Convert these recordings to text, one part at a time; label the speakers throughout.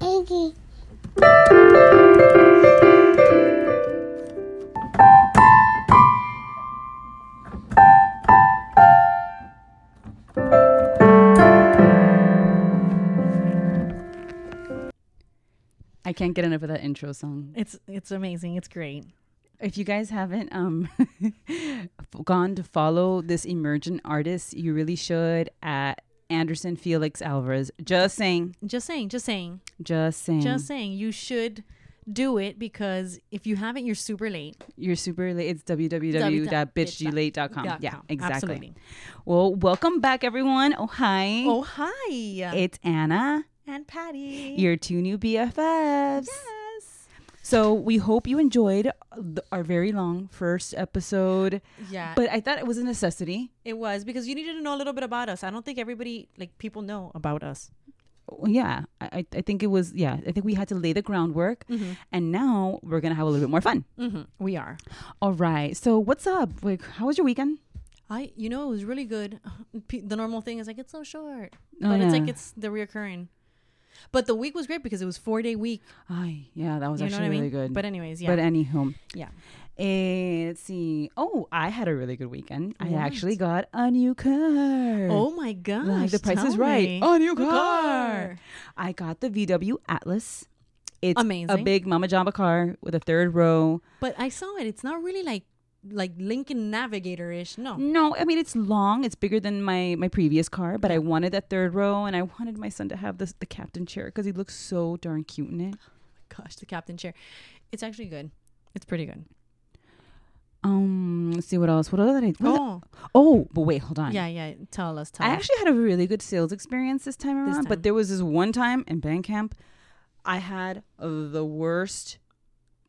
Speaker 1: Piggy.
Speaker 2: I can't get enough of that intro song.
Speaker 3: It's it's amazing. It's great.
Speaker 2: If you guys haven't um, gone to follow this emergent artist, you really should at Anderson Felix Alvarez. Just saying.
Speaker 3: Just saying. Just saying.
Speaker 2: Just saying.
Speaker 3: Just saying. You should do it because if you haven't, you're super late.
Speaker 2: You're super late. It's
Speaker 3: Dot
Speaker 2: www.bitchlate.com.
Speaker 3: com.
Speaker 2: Yeah, exactly.
Speaker 3: Absolutely.
Speaker 2: Well, welcome back, everyone. Oh, hi.
Speaker 3: Oh hi.
Speaker 2: It's Anna,
Speaker 3: and Patty.
Speaker 2: your two new BFFs. So we hope you enjoyed th- our very long first episode.
Speaker 3: Yeah.
Speaker 2: But I thought it was a necessity.
Speaker 3: It was because you needed to know a little bit about us. I don't think everybody like people know about us.
Speaker 2: Well, yeah, I, I- I think it was. Yeah, I think we had to lay the groundwork, and now we're gonna have a little bit more fun.
Speaker 3: Mm-hmm. We are.
Speaker 2: All right. So what's up? Like, how was your weekend?
Speaker 3: I you know it was really good. P- The normal thing is like it's so short,
Speaker 2: Oh,
Speaker 3: but it's
Speaker 2: yeah.
Speaker 3: like it's the reoccurring. But the week was great because it was four day week.
Speaker 2: Ay, yeah, that was
Speaker 3: you know
Speaker 2: actually
Speaker 3: what I mean?
Speaker 2: really good.
Speaker 3: But anyways, yeah,
Speaker 2: But anywho,
Speaker 3: yeah.
Speaker 2: eh, let's see. Oh, I had a really good weekend. I
Speaker 3: What?
Speaker 2: actually got a new car.
Speaker 3: Oh my gosh!
Speaker 2: like the Price
Speaker 3: tell
Speaker 2: is Right. Oh,
Speaker 3: me.
Speaker 2: A new
Speaker 3: The
Speaker 2: car. I got the VW Atlas. It's a
Speaker 3: Amazing.
Speaker 2: big Mama Jamba car with a third row.
Speaker 3: But I saw it. It's not really like like Lincoln Navigator ish. No.
Speaker 2: No, I mean it's long. It's bigger than my my previous car, but I wanted that third row, and I wanted my son to have this, the captain chair because he looks so darn cute in it.
Speaker 3: Gosh, the captain chair. It's actually good. It's pretty good.
Speaker 2: Um, let's see what else. What other did I? What oh.
Speaker 3: Oh
Speaker 2: oh, but wait, hold on.
Speaker 3: yeah, yeah. Tell us. Tell
Speaker 2: I
Speaker 3: us.
Speaker 2: actually had a really good sales experience this time
Speaker 3: This
Speaker 2: around,
Speaker 3: time.
Speaker 2: but there was this one time in Bandcamp, I had the worst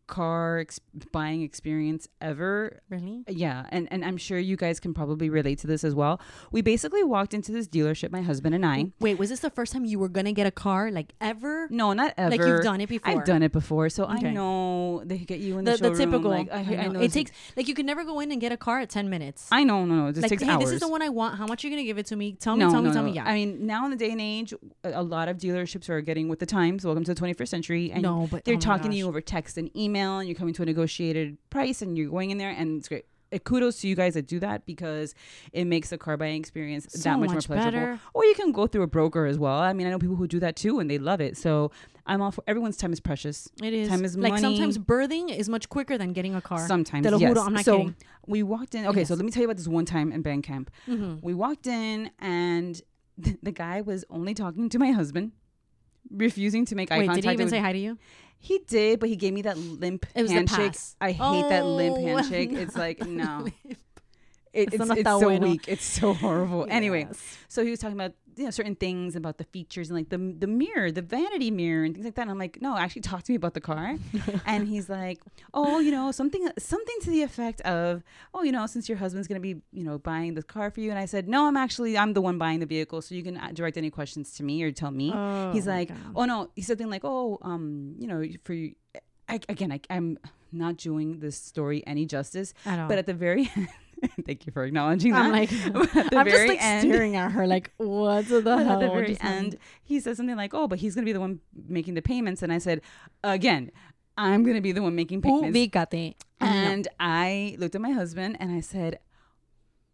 Speaker 2: car ex- buying experience ever
Speaker 3: really?
Speaker 2: Yeah, and and I'm sure you guys can probably relate to this as well. We basically walked into this dealership, my husband and I.
Speaker 3: Wait, was this the first time you were gonna get a car like ever?
Speaker 2: No, not ever.
Speaker 3: Like you've done it before.
Speaker 2: I've done it before, so I
Speaker 3: Okay.
Speaker 2: know they get you in the,
Speaker 3: the, the
Speaker 2: showroom.
Speaker 3: typical.
Speaker 2: Like, I, I know.
Speaker 3: it
Speaker 2: this-
Speaker 3: takes like you could never go in and get a car at ten minutes.
Speaker 2: I know, no, no. It just
Speaker 3: like,
Speaker 2: takes
Speaker 3: hey,
Speaker 2: hours.
Speaker 3: this is the one I want. How much are you gonna give it to me? Tell me,
Speaker 2: no,
Speaker 3: tell me,
Speaker 2: no,
Speaker 3: tell
Speaker 2: no.
Speaker 3: me. Yeah.
Speaker 2: I mean, now in the day and age, a a lot of dealerships are getting with the times. Welcome to the 21st century, and
Speaker 3: No, but-
Speaker 2: they're
Speaker 3: oh my
Speaker 2: talking to you
Speaker 3: gosh.
Speaker 2: over text and email, and you're coming to a negotiated price, and you're going in there, and it's great. Uh, Kudos to you guys that do that because it makes the car buying experience
Speaker 3: So
Speaker 2: that much,
Speaker 3: much
Speaker 2: more pleasurable.
Speaker 3: better.
Speaker 2: Or you can go through a broker as well. I mean, I know people who do that too, and they love it. So I'm all for everyone's time is precious.
Speaker 3: it is
Speaker 2: time is
Speaker 3: like
Speaker 2: money.
Speaker 3: sometimes birthing is much quicker than getting a car.
Speaker 2: Sometimes,
Speaker 3: Te lo
Speaker 2: yes.
Speaker 3: juro, I'm not
Speaker 2: so
Speaker 3: kidding.
Speaker 2: we walked in. Okay, so
Speaker 3: Yes.
Speaker 2: let me tell you about this one time in Bandcamp.
Speaker 3: Mhm.
Speaker 2: We walked in, and th- the guy was only talking to my husband, refusing to make eye
Speaker 3: Wait,
Speaker 2: contact.
Speaker 3: did he even
Speaker 2: with-
Speaker 3: say hi to you?
Speaker 2: He did, but he gave me that limp
Speaker 3: It was the
Speaker 2: handshake.
Speaker 3: pass.
Speaker 2: I hate that limp
Speaker 3: Oh,
Speaker 2: handshake.
Speaker 3: no.
Speaker 2: It's like no. It,
Speaker 3: Eso
Speaker 2: it's
Speaker 3: no
Speaker 2: it's
Speaker 3: está
Speaker 2: so
Speaker 3: bueno.
Speaker 2: weak. It's so horrible. Anyway,
Speaker 3: Yes.
Speaker 2: so he was talking about you know certain things about the features and like the the mirror, the vanity mirror, and things like that. And I'm like, no, actually talk to me about the car. and he's like, oh, you know something something to the effect of, oh, you know, since your husband's gonna be you know buying the car for you. And I said, no, I'm actually I'm the one buying the vehicle, so you can uh, direct any questions to me or tell me.
Speaker 3: Oh
Speaker 2: he's
Speaker 3: my
Speaker 2: like,
Speaker 3: God.
Speaker 2: oh no, he's something like, oh, um, you know, for you. I, again, I, I'm not doing this story any justice,
Speaker 3: At all.
Speaker 2: but at the very end, thank you for acknowledging that.
Speaker 3: I'm like,
Speaker 2: But at the
Speaker 3: I'm just
Speaker 2: very
Speaker 3: like
Speaker 2: end-
Speaker 3: staring at her, like, what the
Speaker 2: but
Speaker 3: hell?
Speaker 2: at the very
Speaker 3: just like-
Speaker 2: end, he says something like, "Oh, but he's gonna be the one making the payments." And I said, "Again, I'm gonna be the one making payments."
Speaker 3: ubícate.
Speaker 2: and I looked at my husband and I said,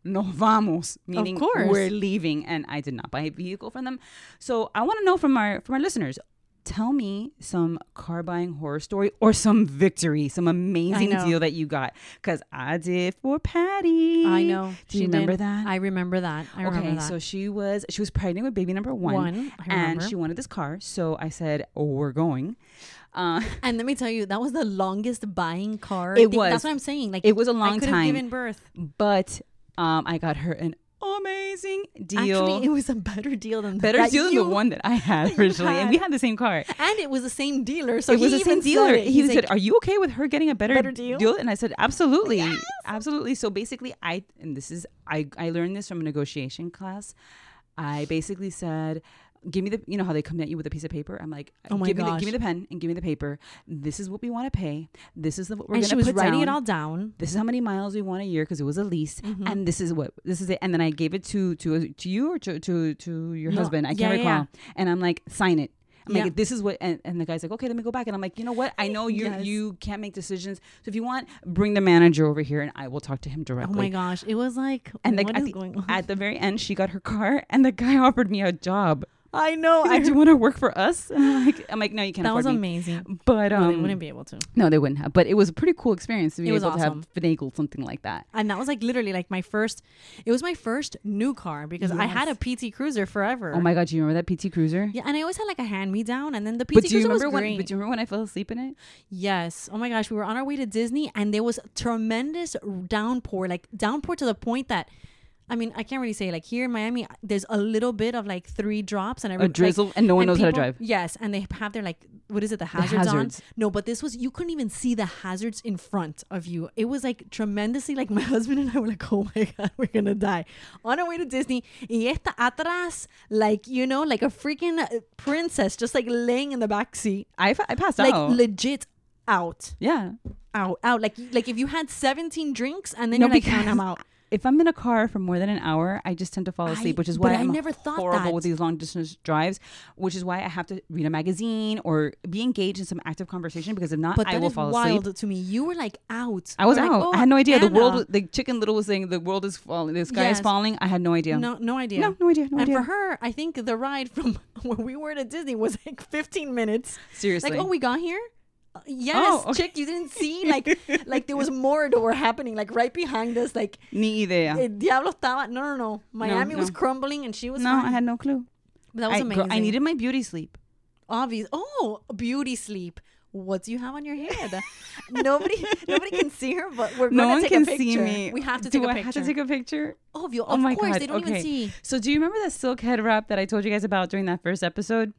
Speaker 2: "Nos vamos," meaning
Speaker 3: course.
Speaker 2: we're leaving. And I did not buy a vehicle from them. So I want to know from our from our listeners. Tell me some car buying horror story or some victory, some amazing
Speaker 3: know.
Speaker 2: deal that you got. Because I did for Patty.
Speaker 3: No. I know.
Speaker 2: Do you
Speaker 3: she
Speaker 2: remember
Speaker 3: did.
Speaker 2: that?
Speaker 3: I remember that. I remember
Speaker 2: okay,
Speaker 3: that.
Speaker 2: so she was she was pregnant with baby number one,
Speaker 3: One, I
Speaker 2: and
Speaker 3: remember.
Speaker 2: she wanted this car. So I said, "Oh, we're going." Uh,
Speaker 3: And let me tell you, that was the longest buying car.
Speaker 2: It
Speaker 3: thing.
Speaker 2: was.
Speaker 3: That's what I'm saying. Like
Speaker 2: It was a
Speaker 3: I
Speaker 2: long
Speaker 3: could have
Speaker 2: time.
Speaker 3: Given birth.
Speaker 2: but um, I got her an amazing deal,
Speaker 3: Actually, it was a better deal than
Speaker 2: better
Speaker 3: that
Speaker 2: deal than
Speaker 3: you-
Speaker 2: the one that I had originally, and we had the same car.
Speaker 3: And it was the same dealer. So
Speaker 2: it was
Speaker 3: he
Speaker 2: the same
Speaker 3: even said
Speaker 2: dealer.
Speaker 3: it.
Speaker 2: He
Speaker 3: He's
Speaker 2: said,
Speaker 3: like,
Speaker 2: "Are you okay with her getting a better,
Speaker 3: Better deal?"
Speaker 2: And I said, "Absolutely, absolutely." So basically, I and this is I I learned this from a negotiation class. I basically said. Give me the, you know how they come at you with a piece of paper. I'm like,
Speaker 3: Oh my
Speaker 2: give, me the, give
Speaker 3: gosh.
Speaker 2: me the pen and give me the paper. This is what we want to pay. This is the, what we're
Speaker 3: and
Speaker 2: going
Speaker 3: she
Speaker 2: to
Speaker 3: was
Speaker 2: put
Speaker 3: writing
Speaker 2: down
Speaker 3: it all down. Oh
Speaker 2: this is how many miles we want a year because it was a lease,
Speaker 3: Mm-hmm.
Speaker 2: and this is what this is it. And then I gave it to to to you or to to, to your
Speaker 3: No,
Speaker 2: husband. I
Speaker 3: yeah,
Speaker 2: can't
Speaker 3: yeah,
Speaker 2: recall. And I'm like, sign it. I'm
Speaker 3: Yeah.
Speaker 2: like, this is what, and, and the guy's like, okay, let me go back. And I'm like, you know what? I know you
Speaker 3: Yes.
Speaker 2: you can't make decisions. So if you want, bring the manager over here and I will talk to him
Speaker 3: Oh
Speaker 2: directly.
Speaker 3: my gosh, it was like
Speaker 2: And like
Speaker 3: what
Speaker 2: at
Speaker 3: is
Speaker 2: the,
Speaker 3: going on?
Speaker 2: at the very end, she got her car and the guy offered me a job.
Speaker 3: I know.
Speaker 2: He's like, do you want to work for us? And I'm like, I'm like, no, you can't
Speaker 3: that
Speaker 2: afford
Speaker 3: was
Speaker 2: me.
Speaker 3: amazing.
Speaker 2: But um,
Speaker 3: no, they wouldn't be able to.
Speaker 2: no, they wouldn't have. But it was a pretty cool experience to be
Speaker 3: It was
Speaker 2: able
Speaker 3: awesome.
Speaker 2: to have finagled something like that.
Speaker 3: And that was like literally like my first. It was my first new car because I had a PT Cruiser forever.
Speaker 2: Oh my god, do you remember that PT Cruiser?
Speaker 3: Yeah, and I always had like a hand me down, and then the PT
Speaker 2: But do you
Speaker 3: Cruiser was
Speaker 2: remember when?
Speaker 3: great.
Speaker 2: But do you remember when I fell asleep in it?
Speaker 3: Yes. Oh my gosh, we were on our way to Disney and there was tremendous downpour, like downpour to the point that I mean, I can't really say like here in Miami there's a little bit of like three drops and I
Speaker 2: A drizzle, and no one knows how to drive.
Speaker 3: Yes, and they have their like what is it, the hazards,
Speaker 2: hazards.
Speaker 3: on? No, but this was you couldn't even see the hazards in front of you. It was like tremendously like my husband and I were like, Oh my god, we're gonna die. On our way to Disney, y esta atrás, like you know, like a freaking uh, princess just like laying in the back seat.
Speaker 2: I, fa- I passed
Speaker 3: Like
Speaker 2: out.
Speaker 3: legit out
Speaker 2: yeah.
Speaker 3: out, out. Like like if you had 17 drinks and then
Speaker 2: No,
Speaker 3: you're like,
Speaker 2: because
Speaker 3: "Man, I'm out.
Speaker 2: If I'm in a car for more than an hour, I just tend to fall
Speaker 3: I-
Speaker 2: asleep, which is
Speaker 3: but
Speaker 2: why
Speaker 3: I
Speaker 2: am
Speaker 3: never thought
Speaker 2: horrible
Speaker 3: that.
Speaker 2: with these long distance drives. Which is why I have to read a magazine or be engaged in some active conversation because if not,
Speaker 3: But
Speaker 2: I
Speaker 3: that
Speaker 2: will
Speaker 3: is
Speaker 2: fall asleep.
Speaker 3: wild to me. You were like out.
Speaker 2: I was
Speaker 3: You're
Speaker 2: out.
Speaker 3: like, "Oh,
Speaker 2: I had no idea. The world,
Speaker 3: Anna."
Speaker 2: was- the Chicken Little was saying the world is falling. The sky
Speaker 3: Yes.
Speaker 2: is falling. I had no idea.
Speaker 3: No, no idea.
Speaker 2: No, no idea, no
Speaker 3: and
Speaker 2: idea.
Speaker 3: for her, I think the ride from where we were to Disney was like 15 minutes.
Speaker 2: Seriously.
Speaker 3: Like, oh, we got here. Uh, Yes,
Speaker 2: Oh, okay.
Speaker 3: chick, you didn't see like like there was more that were happening like right behind us. Like
Speaker 2: Ni idea.
Speaker 3: eh, Diablo estaba. No, no, no. Miami was
Speaker 2: no.
Speaker 3: crumbling and she was.
Speaker 2: no,
Speaker 3: fine.
Speaker 2: I had no clue.
Speaker 3: But that was
Speaker 2: I,
Speaker 3: amazing.
Speaker 2: girl, I needed my beauty sleep.
Speaker 3: obvious. Oh, beauty sleep. What do you have on your head? nobody, nobody can see her, but we're going
Speaker 2: No
Speaker 3: to
Speaker 2: one
Speaker 3: take
Speaker 2: can
Speaker 3: a picture.
Speaker 2: see me.
Speaker 3: We have to
Speaker 2: Do
Speaker 3: take a
Speaker 2: I
Speaker 3: picture.
Speaker 2: have to take a picture?
Speaker 3: oh, you,
Speaker 2: Oh
Speaker 3: of
Speaker 2: my
Speaker 3: course,
Speaker 2: god!
Speaker 3: they don't
Speaker 2: okay.
Speaker 3: even see.
Speaker 2: So do you remember that silk head wrap that I told you guys about during that first episode?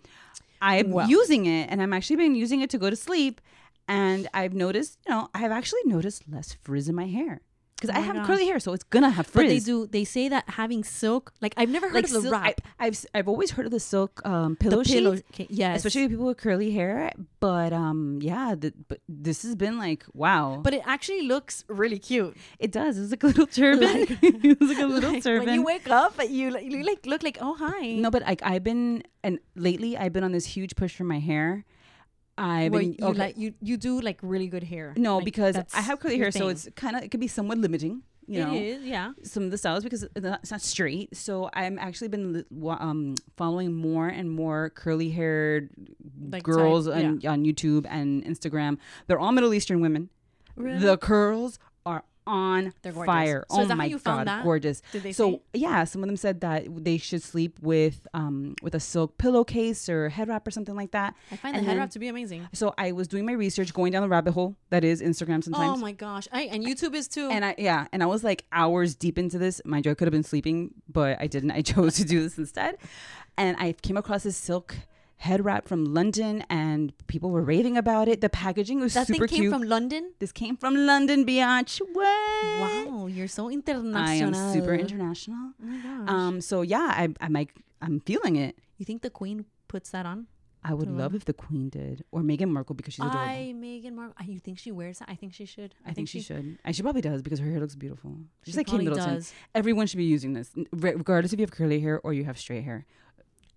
Speaker 2: I'm
Speaker 3: Well.
Speaker 2: using it, and I'm actually been using it to go to sleep. And I've noticed, you know, I've actually noticed less frizz in my hair because
Speaker 3: Oh
Speaker 2: I
Speaker 3: my
Speaker 2: have
Speaker 3: gosh.
Speaker 2: curly hair, so it's gonna have
Speaker 3: But
Speaker 2: frizz.
Speaker 3: they do. They say that having silk, like I've never heard
Speaker 2: Like
Speaker 3: of the
Speaker 2: silk-
Speaker 3: wrap,
Speaker 2: I, have I've always heard of the silk um, pillow
Speaker 3: the
Speaker 2: sheets,
Speaker 3: Okay, yes,
Speaker 2: especially people with curly hair. But um, yeah, the, but this has been like wow.
Speaker 3: But it actually looks really cute.
Speaker 2: it does. It was like a little turban. it was like a little
Speaker 3: Like,
Speaker 2: turban.
Speaker 3: When you wake up, you like- you like look like oh hi.
Speaker 2: No, but like I've been and lately I've been on this huge push for my hair. I've
Speaker 3: Where
Speaker 2: been
Speaker 3: you
Speaker 2: okay.
Speaker 3: like you you do like really good hair.
Speaker 2: no
Speaker 3: Like,
Speaker 2: because I
Speaker 3: that's
Speaker 2: have curly
Speaker 3: your
Speaker 2: hair, so
Speaker 3: thing.
Speaker 2: it's kind of it could be somewhat limiting. You know,
Speaker 3: it is yeah.
Speaker 2: some of the styles because it's not, it's not straight. So I'm actually been li- wa- um, following more and more curly haired
Speaker 3: Like
Speaker 2: girls
Speaker 3: type,
Speaker 2: on, on YouTube and Instagram. They're all Middle Eastern women. The curls are on
Speaker 3: They're gorgeous.
Speaker 2: fire.
Speaker 3: So
Speaker 2: oh
Speaker 3: is that how
Speaker 2: my
Speaker 3: you found
Speaker 2: god,
Speaker 3: that?
Speaker 2: gorgeous.
Speaker 3: Did they
Speaker 2: so
Speaker 3: say?
Speaker 2: yeah, some of them said that they should sleep with um with a silk pillowcase or head wrap or something like that.
Speaker 3: I find the
Speaker 2: and
Speaker 3: head
Speaker 2: then-
Speaker 3: wrap to be amazing.
Speaker 2: So I was doing my research, going down the rabbit hole that is Instagram sometimes.
Speaker 3: Oh my gosh! I and YouTube is too.
Speaker 2: and I yeah, and I was like hours deep into this. Mind you, I could have been sleeping, but I didn't. I chose to do this instead. And I came across this silk head wrap from London, and people were raving about it. The packaging was
Speaker 3: that thing
Speaker 2: super
Speaker 3: came
Speaker 2: cute.
Speaker 3: from London.
Speaker 2: this came from London, biatch. What?
Speaker 3: Wow, you're so international.
Speaker 2: I am super international.
Speaker 3: Oh my gosh.
Speaker 2: Um, so yeah, I, I'm like, I'm feeling it.
Speaker 3: you think the Queen puts that on?
Speaker 2: I would
Speaker 3: Wow.
Speaker 2: love if the Queen did, or Meghan Markle because she's adorable. I,
Speaker 3: I Meghan Markle. I- You think she wears that? I think she should. I,
Speaker 2: think she, should, and she probably does because her hair looks beautiful. She's
Speaker 3: She
Speaker 2: like Kate
Speaker 3: probably
Speaker 2: Middleton.
Speaker 3: does.
Speaker 2: Everyone should be using this, n- re- regardless if you have curly hair or you have straight hair.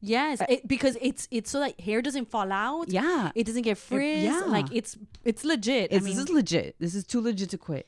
Speaker 3: Yes, it, because it's it's so that hair doesn't fall out.
Speaker 2: Uh, Yeah,
Speaker 3: It doesn't get frizz.
Speaker 2: yeah.
Speaker 3: Like it's it's legit.
Speaker 2: It's-
Speaker 3: I mean,
Speaker 2: this is legit. This is too legit to quit.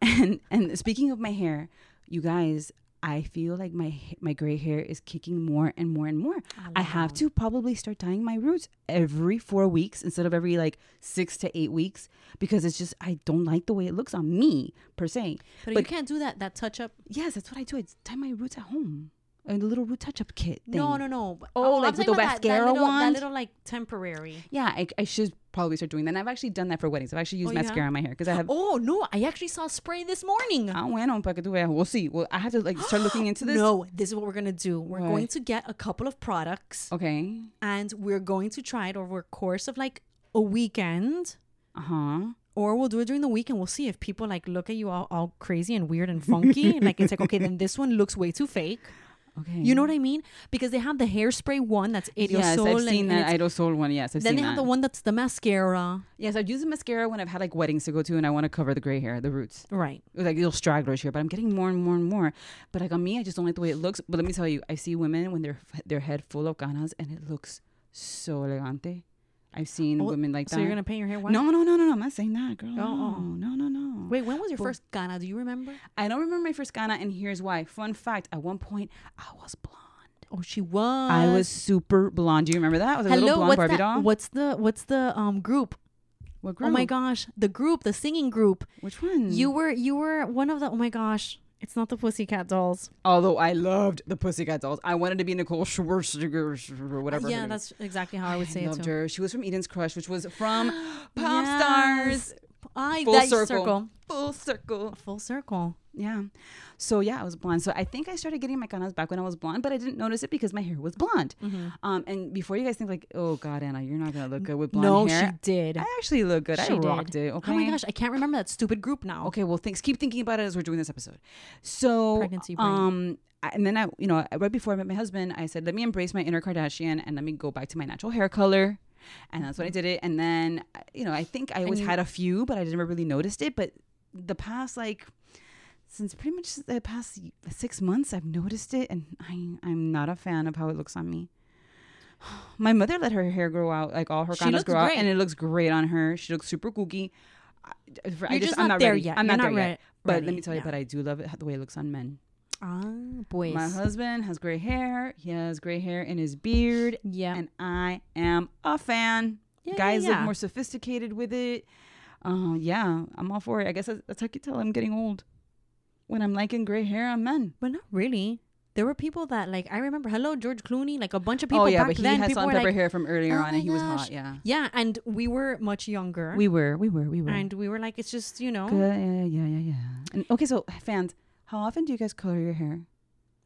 Speaker 2: And and speaking of my hair, you guys, I feel like my h- my gray hair is kicking more and more and more. I have to probably start dyeing my roots every four weeks instead of every like six to eight weeks because it's just I don't like the way it looks on me per se.
Speaker 3: but, you
Speaker 2: but-
Speaker 3: can't do that that touch up.
Speaker 2: Yes, that's what I do. I dye my roots at home. And the little root touch up kit. Thing.
Speaker 3: No, no, no. But-
Speaker 2: Oh, like
Speaker 3: I'm
Speaker 2: with
Speaker 3: talking
Speaker 2: the
Speaker 3: about that-
Speaker 2: mascara
Speaker 3: that little,
Speaker 2: wand?
Speaker 3: That little like temporary.
Speaker 2: Yeah, I, I should probably start doing that. And I've actually done that for weddings. I've actually used
Speaker 3: Oh, you have?
Speaker 2: mascara on my hair because I have.
Speaker 3: Oh no! I actually saw spray this morning.
Speaker 2: I went on para que tú veas. We'll see. Well, I have to like start looking into this.
Speaker 3: No, this is what we're gonna do. We're
Speaker 2: What?
Speaker 3: going to get a couple of products
Speaker 2: Okay.
Speaker 3: and we're going to try it over a course of like a weekend.
Speaker 2: Uh huh.
Speaker 3: Or we'll do it during the week and we'll see if people like look at you all, all crazy and weird and funky. like it's like, okay, then this one looks way too fake.
Speaker 2: Okay.
Speaker 3: You know what I mean? Because they have the hairspray one that's aerosol.
Speaker 2: Yes, I've
Speaker 3: and-
Speaker 2: seen
Speaker 3: and
Speaker 2: that
Speaker 3: it's-
Speaker 2: aerosol one. Yes, I've
Speaker 3: then
Speaker 2: seen
Speaker 3: they
Speaker 2: that.
Speaker 3: have the one that's the mascara.
Speaker 2: Yes, I've used the mascara when I've had like weddings to go to and I want to cover the gray hair, the roots.
Speaker 3: Right.
Speaker 2: Like little stragglers here, but I'm getting more and more and more. But like on me, I just don't like the way it looks. But let me tell you, I see women when they're their head full of ganas and it looks so elegante. I've seen
Speaker 3: Oh,
Speaker 2: women like
Speaker 3: So
Speaker 2: that.
Speaker 3: you're gonna paint your hair white?
Speaker 2: no, no, no, no, no. I'm not saying that, girl.
Speaker 3: Oh, oh.
Speaker 2: No, no, no, no.
Speaker 3: Wait, when was your
Speaker 2: Well-
Speaker 3: first Ghana? Do you remember?
Speaker 2: I don't remember my first Ghana, and here's why. Fun fact: at one point, I was blonde.
Speaker 3: Oh, she was.
Speaker 2: I was super blonde. Do you remember that? I was a
Speaker 3: Hello,
Speaker 2: little blonde
Speaker 3: what's
Speaker 2: Barbie
Speaker 3: that?
Speaker 2: doll.
Speaker 3: What's the what's the um group?
Speaker 2: What
Speaker 3: Oh my
Speaker 2: group? Hmm.
Speaker 3: gosh, the group, the singing group.
Speaker 2: Which one?
Speaker 3: You were you were one of the. Oh my gosh, it's not the Pussycat Dolls.
Speaker 2: Although I loved the Pussycat Dolls, I wanted to be Nicole Schwarzenegger or whatever. her
Speaker 3: yeah,
Speaker 2: name is.
Speaker 3: that's exactly how Oh, I would say it
Speaker 2: loved
Speaker 3: too.
Speaker 2: her. She was from Eden's Crush, which was from Pop
Speaker 3: Yes.
Speaker 2: Stars.
Speaker 3: I
Speaker 2: Full
Speaker 3: that
Speaker 2: circle.
Speaker 3: circle.
Speaker 2: Full circle.
Speaker 3: Full circle.
Speaker 2: Yeah. So yeah, I was blonde. So I think I started getting my canas back when I was blonde, but I didn't notice it because my hair was blonde. Um, and before you guys think like, oh God, Anna, you're not gonna look good with blonde
Speaker 3: no,
Speaker 2: hair.
Speaker 3: she did.
Speaker 2: I actually look good.
Speaker 3: She
Speaker 2: Oh I rocked
Speaker 3: did.
Speaker 2: it. Okay.
Speaker 3: Oh my gosh, I can't remember that stupid group now.
Speaker 2: Okay. Well, thanks. Keep thinking about it as we're doing this episode. So
Speaker 3: Pregnancy brain.
Speaker 2: Um, I- and then I, you know, right before I met my husband, I said, let me embrace my inner Kardashian and let me go back to my natural hair color. And that's when I did it. And then, I- you know, I think I always
Speaker 3: Mm-hmm. you-
Speaker 2: had a few, but I never really noticed it. But the past, like, since pretty much the past six months, I've noticed it, and I, I'm not a fan of how it looks on me. My mother let her hair grow out, like all her
Speaker 3: She
Speaker 2: canas
Speaker 3: looks
Speaker 2: grow out,
Speaker 3: great.
Speaker 2: and it looks great on her. She looks super kooky. I, I
Speaker 3: You're
Speaker 2: just,
Speaker 3: just
Speaker 2: I'm
Speaker 3: not
Speaker 2: not
Speaker 3: there
Speaker 2: ready.
Speaker 3: yet.
Speaker 2: I'm
Speaker 3: You're
Speaker 2: not,
Speaker 3: not
Speaker 2: there yet.
Speaker 3: re-
Speaker 2: But let
Speaker 3: ready.
Speaker 2: me tell you,
Speaker 3: Yeah.
Speaker 2: but I do love it the way it looks on men.
Speaker 3: Ah, boys.
Speaker 2: My husband has gray hair. He has gray hair in his beard,
Speaker 3: yeah.
Speaker 2: and I am a fan.
Speaker 3: Yeah, yeah,
Speaker 2: Guys look
Speaker 3: yeah.
Speaker 2: more sophisticated with it. Uh, yeah, I'm all for it. I guess that's, that's how you tell I'm getting old. When I'm liking gray hair on men.
Speaker 3: But not really. There were people that like I remember. Hello, George Clooney. Like a bunch of people.
Speaker 2: oh yeah,
Speaker 3: back
Speaker 2: but he
Speaker 3: then,
Speaker 2: had
Speaker 3: people
Speaker 2: salt
Speaker 3: were
Speaker 2: and pepper
Speaker 3: like,
Speaker 2: hair from earlier
Speaker 3: "Oh
Speaker 2: on,
Speaker 3: my
Speaker 2: and he was
Speaker 3: gosh."
Speaker 2: hot. Yeah,
Speaker 3: Yeah, and we were much younger.
Speaker 2: we were, we were, we were.
Speaker 3: and we were like, it's just you know.
Speaker 2: Good, yeah, yeah, yeah, yeah, yeah. And okay, so fans, how often do you guys color your hair?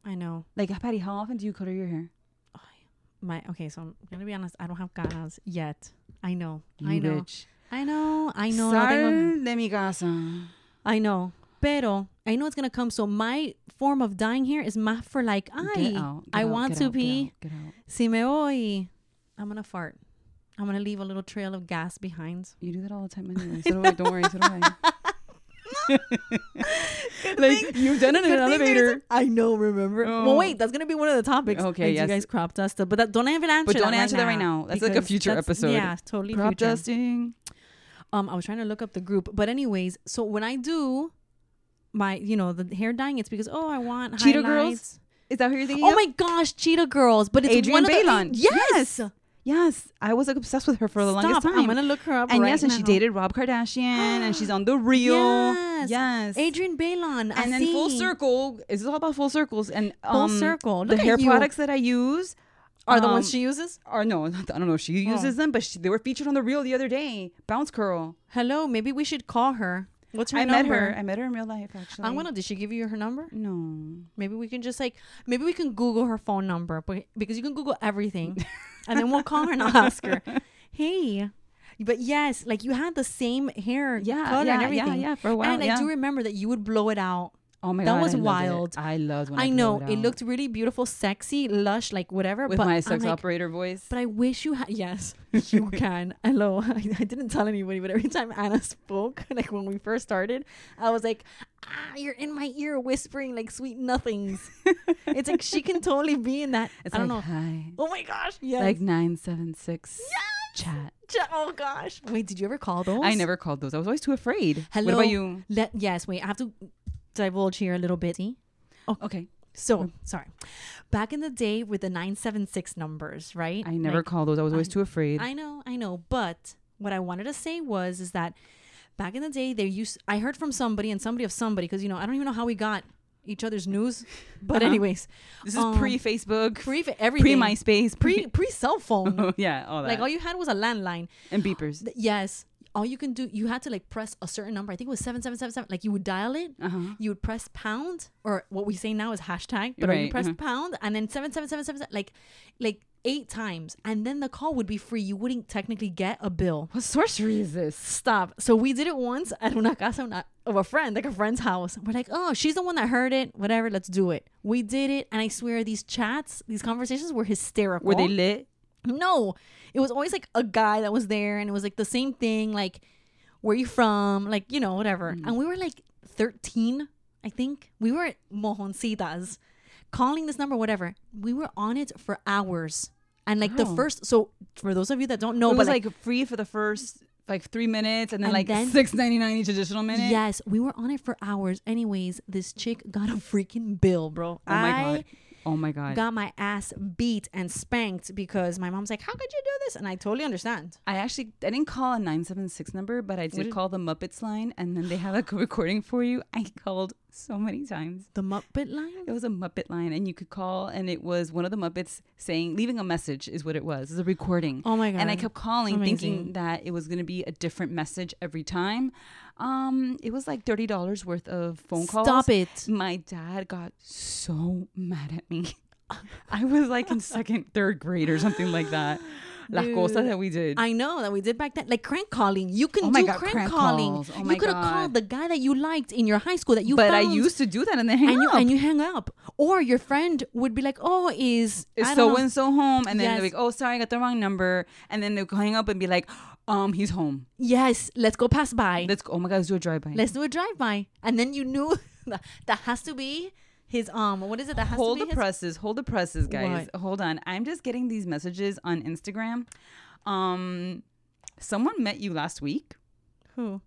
Speaker 3: I know.
Speaker 2: Like Patty, how often do you color your hair?
Speaker 3: My okay, so I'm gonna be honest. I don't have ganas yet. I know.
Speaker 2: You
Speaker 3: I know.
Speaker 2: Bitch.
Speaker 3: I know. I know. no
Speaker 2: Sal
Speaker 3: tengo-
Speaker 2: de mi casa.
Speaker 3: I know. Pero I know it's gonna come. So my form of dying here is más for like
Speaker 2: Get
Speaker 3: I.
Speaker 2: out,
Speaker 3: I
Speaker 2: get out,
Speaker 3: want
Speaker 2: get
Speaker 3: to
Speaker 2: out, get
Speaker 3: be-
Speaker 2: out, get out.
Speaker 3: Si me voy, I'm gonna fart. I'm gonna leave a little trail of gas behind.
Speaker 2: You do that all the time anyway. So do I. Don't worry. So do I. like you've done it in an
Speaker 3: Good thing there
Speaker 2: elevator.
Speaker 3: isn't- I know. Remember?
Speaker 2: Oh.
Speaker 3: Well, wait. That's gonna be one of the topics.
Speaker 2: Okay,
Speaker 3: And
Speaker 2: yes.
Speaker 3: You guys crop dusted, but that, don't even answer.
Speaker 2: don't
Speaker 3: that
Speaker 2: answer
Speaker 3: right
Speaker 2: that right now. That's like a
Speaker 3: because
Speaker 2: future
Speaker 3: that's-
Speaker 2: episode.
Speaker 3: Yeah, it's totally
Speaker 2: Crop
Speaker 3: future.
Speaker 2: dusting.
Speaker 3: Um, I was trying to look up the group, but anyways, so when I do my, you know, the hair dyeing, it's because oh, I want
Speaker 2: Cheetah
Speaker 3: highlights.
Speaker 2: Is that who you're thinking?
Speaker 3: Oh
Speaker 2: of?
Speaker 3: my gosh, Cheetah Girls! But it's
Speaker 2: Adrienne
Speaker 3: one of the-
Speaker 2: Bailon.
Speaker 3: yes.
Speaker 2: Yes, I was like obsessed with her for the longest
Speaker 3: Stop!
Speaker 2: time.
Speaker 3: I'm gonna look her up.
Speaker 2: and
Speaker 3: right
Speaker 2: yes, and she
Speaker 3: now.
Speaker 2: dated Rob Kardashian, and she's on the real.
Speaker 3: Yes.
Speaker 2: yes.
Speaker 3: Adrian Bailon.
Speaker 2: and then full circle is all about full circles and
Speaker 3: Full
Speaker 2: um,
Speaker 3: circle.
Speaker 2: The
Speaker 3: Look at
Speaker 2: hair
Speaker 3: you.
Speaker 2: products that I use
Speaker 3: are the ones
Speaker 2: um,
Speaker 3: she uses.
Speaker 2: are no, I don't know if
Speaker 3: Oh.
Speaker 2: she uses them, but she, they were featured on the reel the other day. Bounce curl.
Speaker 3: Hello, maybe we should call her. What's her
Speaker 2: I
Speaker 3: number?
Speaker 2: met her. I met her in real life actually.
Speaker 3: I want to. Did she give you her number?
Speaker 2: no.
Speaker 3: Maybe we can just like maybe we can Google her phone number, but because you can Google everything, and then we'll call her and I'll ask her. Hey, but yes, like you had the same hair
Speaker 2: Yeah,
Speaker 3: color
Speaker 2: yeah,
Speaker 3: and
Speaker 2: yeah,
Speaker 3: everything.
Speaker 2: yeah, for a while,
Speaker 3: And I
Speaker 2: yeah.
Speaker 3: do remember that you would blow it out.
Speaker 2: Oh my
Speaker 3: That
Speaker 2: god,
Speaker 3: was
Speaker 2: I loved it.
Speaker 3: wild.
Speaker 2: I loved when I,
Speaker 3: I know
Speaker 2: blew
Speaker 3: it
Speaker 2: out.
Speaker 3: looked really beautiful, sexy, lush, like whatever.
Speaker 2: with
Speaker 3: but
Speaker 2: my
Speaker 3: I'm
Speaker 2: sex
Speaker 3: like,
Speaker 2: operator voice.
Speaker 3: But I wish you had. Yes, you can. Hello. I, I didn't tell anybody, but every time Anna spoke, like when we first started, I was like, ah, you're in my ear whispering like sweet nothings. it's like she can totally be in that.
Speaker 2: it's
Speaker 3: I don't
Speaker 2: like,
Speaker 3: know.
Speaker 2: Hi.
Speaker 3: Oh my gosh. Yes.
Speaker 2: Like nine seven six chat.
Speaker 3: Ch- oh gosh. Wait, did you ever call those?
Speaker 2: I never called those. I was always too afraid.
Speaker 3: Hello.
Speaker 2: What about you?
Speaker 3: Let, yes, wait. I have to divulge here a little bit.
Speaker 2: Okay.
Speaker 3: So, sorry. Back in the day with the 976 numbers, right?
Speaker 2: I never
Speaker 3: Like,
Speaker 2: called those. I was always
Speaker 3: I-
Speaker 2: too afraid.
Speaker 3: I know, I know, but what I wanted to say was is that back in the day there used I heard from somebody and somebody of somebody because you know I don't even know how we got each other's news, but
Speaker 2: Uh-huh.
Speaker 3: anyways,
Speaker 2: this is
Speaker 3: um,
Speaker 2: pre Facebook,
Speaker 3: pre
Speaker 2: pre
Speaker 3: everything,
Speaker 2: MySpace,
Speaker 3: pre pre cell phone.
Speaker 2: yeah, all that.
Speaker 3: like all you had was a landline.
Speaker 2: and beepers.
Speaker 3: Th- Yes, all you can do you had to like press a certain number. I think it was seven seven seven seven. Like you would dial it.
Speaker 2: Uh-huh.
Speaker 3: You would press pound or what we say now is hashtag, but you
Speaker 2: Right,
Speaker 3: press
Speaker 2: uh-huh.
Speaker 3: pound and then seven seven seven seven like like eight times, and then the call would be free. You wouldn't technically get a bill.
Speaker 2: What sorcery is this?
Speaker 3: Stop. So we did it once at una casa una- of a friend, like a friend's house. We're like, oh, she's the one that heard it. Whatever, let's do it. We did it, and I swear these chats, these conversations were hysterical.
Speaker 2: Were they lit?
Speaker 3: No, it was always like a guy that was there, and it was like the same thing, like where you from, like you know whatever.
Speaker 2: Mm.
Speaker 3: And we were like thirteen, I think. We were mojoncitas, calling this number, whatever. We were on it for hours. And like the
Speaker 2: Oh.
Speaker 3: first, so for those of you that don't know,
Speaker 2: it
Speaker 3: but
Speaker 2: was like, free for the first like three minutes, and then
Speaker 3: And
Speaker 2: like
Speaker 3: then-
Speaker 2: six ninety nine each additional minute.
Speaker 3: Yes, we were on it for hours. Anyways, this chick got a freaking bill, bro.
Speaker 2: Oh my
Speaker 3: I
Speaker 2: god. Oh my god.
Speaker 3: got my ass beat and spanked because my mom's like, "How could you do this?" And I totally understand.
Speaker 2: I actually I didn't call a nine seven six number, but I did,
Speaker 3: did-
Speaker 2: call the Muppets line, and then they have a recording for you. I called so many times.
Speaker 3: The Muppet line.
Speaker 2: It was a Muppet line, and you could call, and it was one of the Muppets saying, leaving a message is what it was. It's a recording.
Speaker 3: Oh my god.
Speaker 2: And I kept calling,
Speaker 3: Amazing.
Speaker 2: thinking that it was going to be a different message every time. Um, it was like thirty dollars worth of phone calls.
Speaker 3: Stop it.
Speaker 2: My dad got so mad at me. I was like in second, third grade or something like that. Las cosas
Speaker 3: Dude.
Speaker 2: that we did.
Speaker 3: I know that we did back then, like crank calling. You can
Speaker 2: Oh my
Speaker 3: do
Speaker 2: God,
Speaker 3: crank,
Speaker 2: crank
Speaker 3: calling.
Speaker 2: calls. Oh my
Speaker 3: you could have
Speaker 2: God.
Speaker 3: called the guy that you liked in your high school that you
Speaker 2: but I
Speaker 3: found,
Speaker 2: used to do that and then hang
Speaker 3: and you
Speaker 2: up.
Speaker 3: and you hang up, or your friend would be like, "Oh, is I
Speaker 2: Is
Speaker 3: don't
Speaker 2: so
Speaker 3: know.
Speaker 2: and so home, and then
Speaker 3: Yes.
Speaker 2: they're like, "Oh, sorry, I got the wrong number," and then they'll hang up and be like, "Um, he's home.
Speaker 3: yes, let's go pass by."
Speaker 2: Let's go. Oh my God, let's do a drive by.
Speaker 3: Let's do a drive by. And then you knew that, that has to be his um what is it that has
Speaker 2: hold
Speaker 3: to
Speaker 2: the
Speaker 3: be his
Speaker 2: presses. Hold the presses, guys. Hold on. I'm just getting these messages on Instagram. Um, someone met you last week.
Speaker 3: who?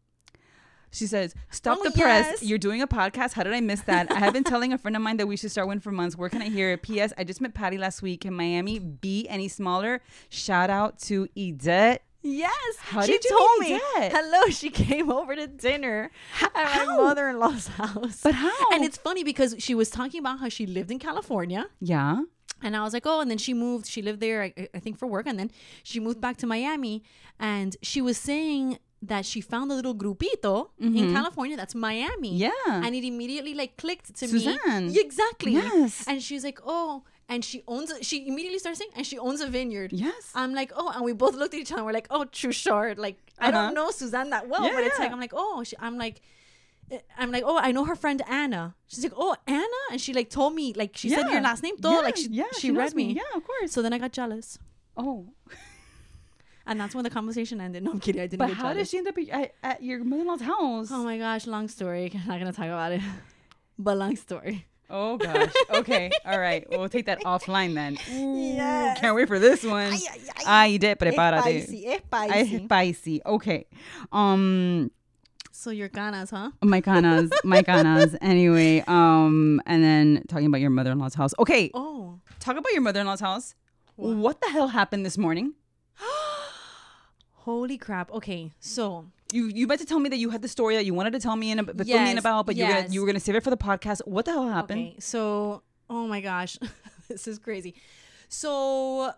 Speaker 2: She says, "Stop
Speaker 3: Oh,
Speaker 2: the press.
Speaker 3: yes.
Speaker 2: You're doing a podcast. How did I miss that? I have been telling a friend of mine that we should start one for months. Where can I hear it? P.S. I just met Patty last week. Can Miami be any smaller? Shout out to Edette.
Speaker 3: Yes.
Speaker 2: How
Speaker 3: she
Speaker 2: did you
Speaker 3: told
Speaker 2: meet
Speaker 3: me.
Speaker 2: that?
Speaker 3: Hello, she came over to dinner at my
Speaker 2: how?
Speaker 3: mother-in-law's house.
Speaker 2: But how?
Speaker 3: And it's funny because she was talking about how she lived in California
Speaker 2: yeah.
Speaker 3: and I was like, "Oh," and then she moved. She lived there I, I think for work and then she moved back to Miami and she was saying that she found a little grupito in California that's Miami.
Speaker 2: Mm-hmm. Yeah.
Speaker 3: and it immediately like clicked to
Speaker 2: Suzanne.
Speaker 3: me. Yeah, Exactly.
Speaker 2: Yes.
Speaker 3: And she's like, oh, and she owns. A, she immediately starts saying, and she owns a vineyard.
Speaker 2: Yes.
Speaker 3: I'm like, oh, and we both looked at each other. and We're like, oh, true short. Like I
Speaker 2: Uh-huh.
Speaker 3: don't know Suzanne that well,
Speaker 2: Yeah,
Speaker 3: but it's
Speaker 2: yeah.
Speaker 3: like I'm like, oh, she, I'm like. eh, I'm like, oh, I know her friend Anna. She's like, oh, Anna, and she like told me, like she said your last name, though.
Speaker 2: Yeah,
Speaker 3: like she,
Speaker 2: yeah,
Speaker 3: she,
Speaker 2: knows
Speaker 3: read me.
Speaker 2: Yeah, of course.
Speaker 3: So then I got jealous,
Speaker 2: Oh,
Speaker 3: and that's when the conversation ended. No, I'm kidding. I didn't.
Speaker 2: but
Speaker 3: get
Speaker 2: how did
Speaker 3: jealous.
Speaker 2: she end up at, at your mother-in-law's house?
Speaker 3: Oh my gosh, long story. I'm not gonna talk about it, but long story.
Speaker 2: Oh gosh. Okay. All right. Well, we'll take that offline then. Ooh,
Speaker 3: Yes.
Speaker 2: Can't wait for this one.
Speaker 3: Ay, ay, ay.
Speaker 2: Ay, de prepárate.
Speaker 3: Es spicy, es
Speaker 2: Ay,
Speaker 3: spicy.
Speaker 2: spicy. Okay. Um,
Speaker 3: So your ganas, huh?
Speaker 2: my canas, my canas. Anyway, um, and then talking about your mother-in-law's house. Okay,
Speaker 3: Oh.
Speaker 2: talk about your mother-in-law's house.
Speaker 3: What?
Speaker 2: What, the hell happened this morning?
Speaker 3: Holy crap. Okay. So,
Speaker 2: You you meant to tell me that you had the story that you wanted to tell me in, but fill me in
Speaker 3: Yes,
Speaker 2: about, but you were
Speaker 3: yes.
Speaker 2: gonna, you were gonna save it for the podcast. What the hell happened?
Speaker 3: okay. So, oh my gosh. this is crazy. So,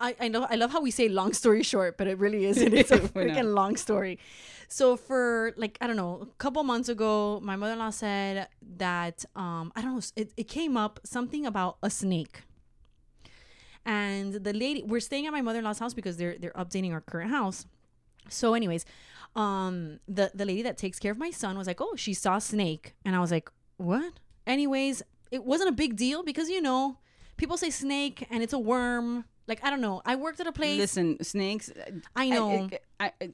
Speaker 3: I, I know I love how we say long story short, but it really isn't. It's a
Speaker 2: We're not.
Speaker 3: freaking long story. So for like I don't know, a couple months ago, my mother-in-law said that um I don't know, it, it came up something about a snake. And the lady we're staying at my mother-in-law's house because they're they're updating our current house. So, anyways, um, the the lady that takes care of my son was like, "Oh, she saw a snake," and I was like, "What?" Anyways, it wasn't a big deal because you know, people say snake and it's a worm. Like I don't know. I worked at a place.
Speaker 2: Listen, snakes. uh,
Speaker 3: I know.
Speaker 2: I, I, I,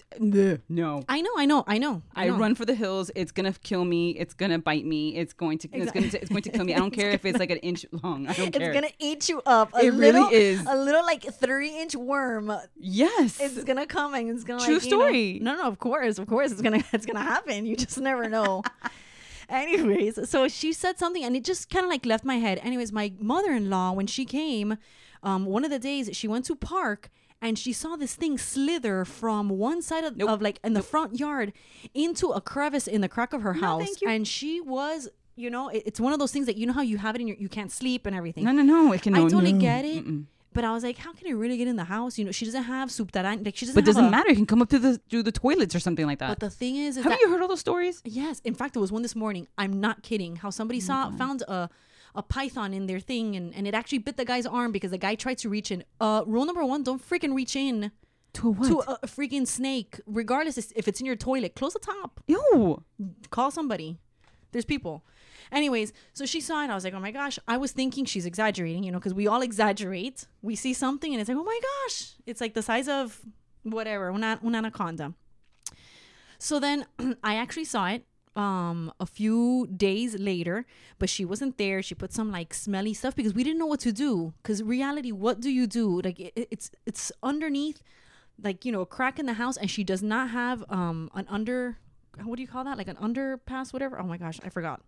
Speaker 2: no.
Speaker 3: I know. I know. I know.
Speaker 2: I
Speaker 3: know.
Speaker 2: run for the hills. It's gonna kill me. It's gonna bite me. It's going to. It's going to. It's going to kill me. I don't care if it's like an inch long. I don't
Speaker 3: It's
Speaker 2: care.
Speaker 3: gonna eat you up. A
Speaker 2: It really
Speaker 3: little,
Speaker 2: is.
Speaker 3: A little like three inch worm.
Speaker 2: yes.
Speaker 3: It's gonna come and it's gonna
Speaker 2: True
Speaker 3: like, you know-
Speaker 2: story.
Speaker 3: no, no, of course, of course, it's gonna it's gonna happen. You just never know. Anyways, so she said something and it just kind of like left my head. Anyways, my mother in law, when she came, um, one of the days she went to park and she saw this thing slither from one side of, of like in the front yard into a crevice in the crack of her house.
Speaker 2: thank you.
Speaker 3: And she was, you know, it- it's one of those things that you know how you have it in your, you can't sleep and everything.
Speaker 2: no, no, no. It can.
Speaker 3: I
Speaker 2: no,
Speaker 3: totally
Speaker 2: no.
Speaker 3: get it.
Speaker 2: Mm-mm.
Speaker 3: But I was like, how can it really get in the house? You know, she doesn't have subterranean. Like she doesn't.
Speaker 2: But it
Speaker 3: have
Speaker 2: doesn't
Speaker 3: a-
Speaker 2: matter. It can come up through the through the toilets or something like that.
Speaker 3: But the thing is, is
Speaker 2: Haven't
Speaker 3: that
Speaker 2: you heard all those stories?
Speaker 3: yes, in fact, there was one this morning. I'm not kidding. How
Speaker 2: Oh
Speaker 3: somebody saw found a a python in their thing, and and it actually bit the guy's arm because the guy tried to reach in. Uh, rule number one: don't freaking reach in
Speaker 2: To what?
Speaker 3: to a, a freaking snake, regardless if- if it's in your toilet. Close the top.
Speaker 2: Ew.
Speaker 3: Call somebody. There's people. Anyways, so she saw it. I was like, oh my gosh. I was thinking she's exaggerating, you know, because we all exaggerate. We see something and it's like, oh my gosh. It's like the size of whatever, una, una anaconda. So then I actually saw it. um a few days later, but she wasn't there. She put some like smelly stuff because we didn't know what to do. Because reality, what do you do? Like it, it's it's underneath, like you know, a crack in the house, and she does not have um an under. What do you call that? Like an underpass, whatever. Oh my gosh, I forgot.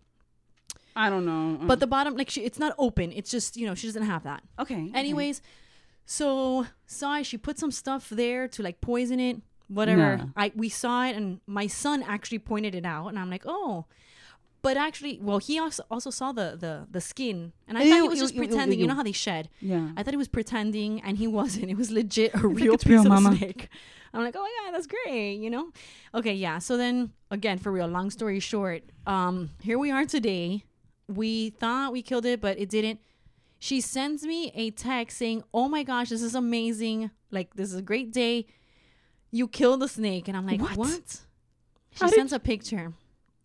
Speaker 2: I don't know. Uh,
Speaker 3: But the bottom, like she, it's not open. It's just you know she doesn't have that.
Speaker 2: okay.
Speaker 3: Anyways, so Sai, she put some stuff there to like poison it, whatever.
Speaker 2: No.
Speaker 3: I we saw it, and my son actually pointed it out, and I'm like, oh. But actually, well, he also, also saw the, the the skin, and I thought
Speaker 2: Ew,
Speaker 3: he was
Speaker 2: ew,
Speaker 3: just
Speaker 2: ew, ew,
Speaker 3: pretending. You
Speaker 2: ew.
Speaker 3: know how they shed.
Speaker 2: yeah.
Speaker 3: I thought he was pretending, and he wasn't. It was legit a real
Speaker 2: "It's
Speaker 3: piece
Speaker 2: real,
Speaker 3: of
Speaker 2: mama."
Speaker 3: snake. I'm like, oh my god, that's great. You know, okay, yeah. So then again, for real. Long story short, um, here we are today. We thought we killed it, but it didn't. She sends me a text saying, "Oh my gosh, this is amazing! Like this is a great day. You killed the snake." And I'm like,
Speaker 2: What?
Speaker 3: "What?" She
Speaker 2: How did
Speaker 3: sends a picture.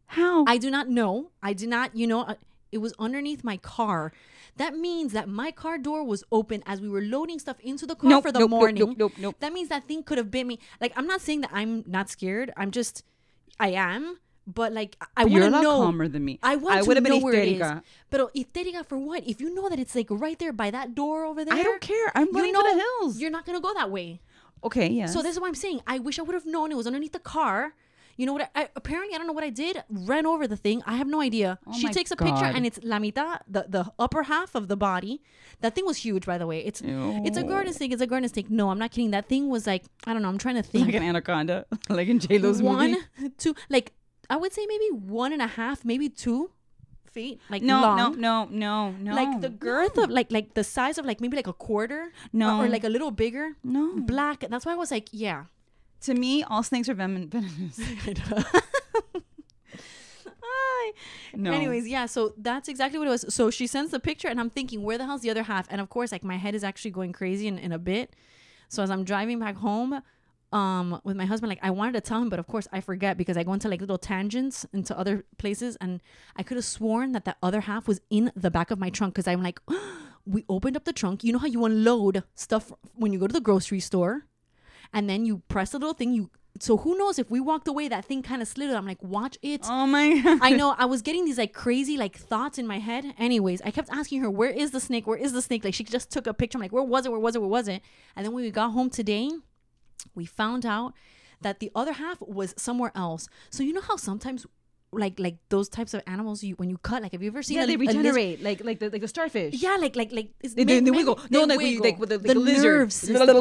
Speaker 2: How?
Speaker 3: I do not know. I do not, you know, uh, it was underneath my car. That means that my car door was open as we were loading stuff into the car
Speaker 2: Nope,
Speaker 3: for the
Speaker 2: nope, nope,
Speaker 3: morning.
Speaker 2: nope, nope, nope.
Speaker 3: That means that thing could have bit me. Like, I'm not saying that I'm not scared. I'm just, I am. But like, I- I
Speaker 2: You're
Speaker 3: want
Speaker 2: a
Speaker 3: to
Speaker 2: lot
Speaker 3: know.
Speaker 2: calmer than me.
Speaker 3: I want
Speaker 2: I
Speaker 3: to
Speaker 2: would've
Speaker 3: know
Speaker 2: been
Speaker 3: where it is.
Speaker 2: hysterica.
Speaker 3: But hysterica for what? If you know that it's like right there by that door over there.
Speaker 2: I don't care. I'm
Speaker 3: you
Speaker 2: running
Speaker 3: know
Speaker 2: for the hills.
Speaker 3: You're not going to go that way.
Speaker 2: okay. Yeah.
Speaker 3: So this is what I'm saying. I wish I would have known it was underneath the car. You know what? I, I- apparently, I don't know what I did. Ran over the thing. I have no idea.
Speaker 2: Oh
Speaker 3: she
Speaker 2: my
Speaker 3: takes a picture,
Speaker 2: God.
Speaker 3: and it's la mitad, the, the upper half of the body. That thing was huge, by the way. It's it's a garden snake. It's a garden snake. No, I'm not kidding. That thing was like I don't know. I'm trying to think.
Speaker 2: like an anaconda, like in J Lo's
Speaker 3: one,
Speaker 2: movie.
Speaker 3: two, like I would say maybe one and a half, maybe two feet, like
Speaker 2: No,
Speaker 3: long.
Speaker 2: no, no, no, no.
Speaker 3: Like the girth of like like the size of like maybe like a quarter,
Speaker 2: No. Mm.
Speaker 3: or, or like a little bigger,
Speaker 2: no.
Speaker 3: black. That's why I was like, yeah,
Speaker 2: To me, all snakes are venom- venomous.
Speaker 3: Ay.
Speaker 2: No.
Speaker 3: Anyways, yeah, so that's exactly what it was. So she sends the picture, and I'm thinking, where the hell's the other half? And of course, like my head is actually going crazy in, in a bit. So as I'm driving back home, um, with my husband, like I wanted to tell him, but of course I forget because I go into like little tangents into other places, and I could have sworn that the other half was in the back of my trunk because I'm like, we opened up the trunk. You know how you unload stuff when you go to the grocery store, and then you press the little thing. You so who knows if we walked away, that thing kind of slid. I'm like, watch it.
Speaker 2: Oh my god.
Speaker 3: I know I was getting these like crazy like thoughts in my head. Anyways, I kept asking her, "Where is the snake? Where is the snake?" Like she just took a picture. I'm like, "Where was it? Where was it? Where was it?" And then when we got home today, we found out that the other half was somewhere else. So you know how sometimes like like those types of animals you when you cut like have you ever seen
Speaker 2: yeah,
Speaker 3: a,
Speaker 2: they
Speaker 3: a lizard-
Speaker 2: regenerate like like the like the starfish.
Speaker 3: yeah, like like like it's
Speaker 2: They,
Speaker 3: ma-
Speaker 2: they, they
Speaker 3: ma-
Speaker 2: wiggle. No, like, when you- like with the, like a lizard.
Speaker 3: nerve system.
Speaker 2: It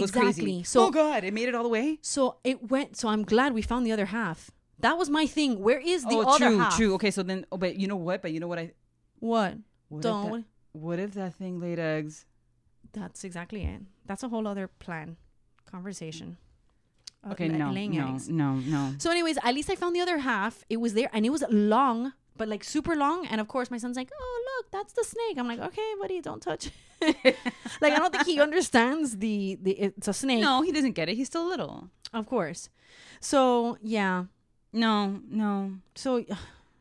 Speaker 2: goes
Speaker 3: Exactly.
Speaker 2: crazy.
Speaker 3: So
Speaker 2: oh god, it made it all the way.
Speaker 3: so it went. So I'm glad we found the other half. That was my thing. Where is the
Speaker 2: oh,
Speaker 3: other
Speaker 2: true,
Speaker 3: half?
Speaker 2: true. Okay, so then, oh, but you know what? But you know what? I
Speaker 3: What?
Speaker 2: what If
Speaker 3: Don't.
Speaker 2: that, what if that thing laid eggs?
Speaker 3: That's exactly it. That's a whole other plan conversation. of
Speaker 2: Okay,
Speaker 3: la-
Speaker 2: no,
Speaker 3: laying
Speaker 2: no,
Speaker 3: eggs.
Speaker 2: no, no.
Speaker 3: So, anyways, at least I found the other half. It was there, and it was long, but like super long. And of course, my son's like, "Oh, look, that's the snake." I'm like, "Okay, buddy, don't touch." it." like, I don't think he understands the the it's a snake.
Speaker 2: No, he doesn't get it. He's still little.
Speaker 3: Of course. So yeah.
Speaker 2: No, no.
Speaker 3: So yeah,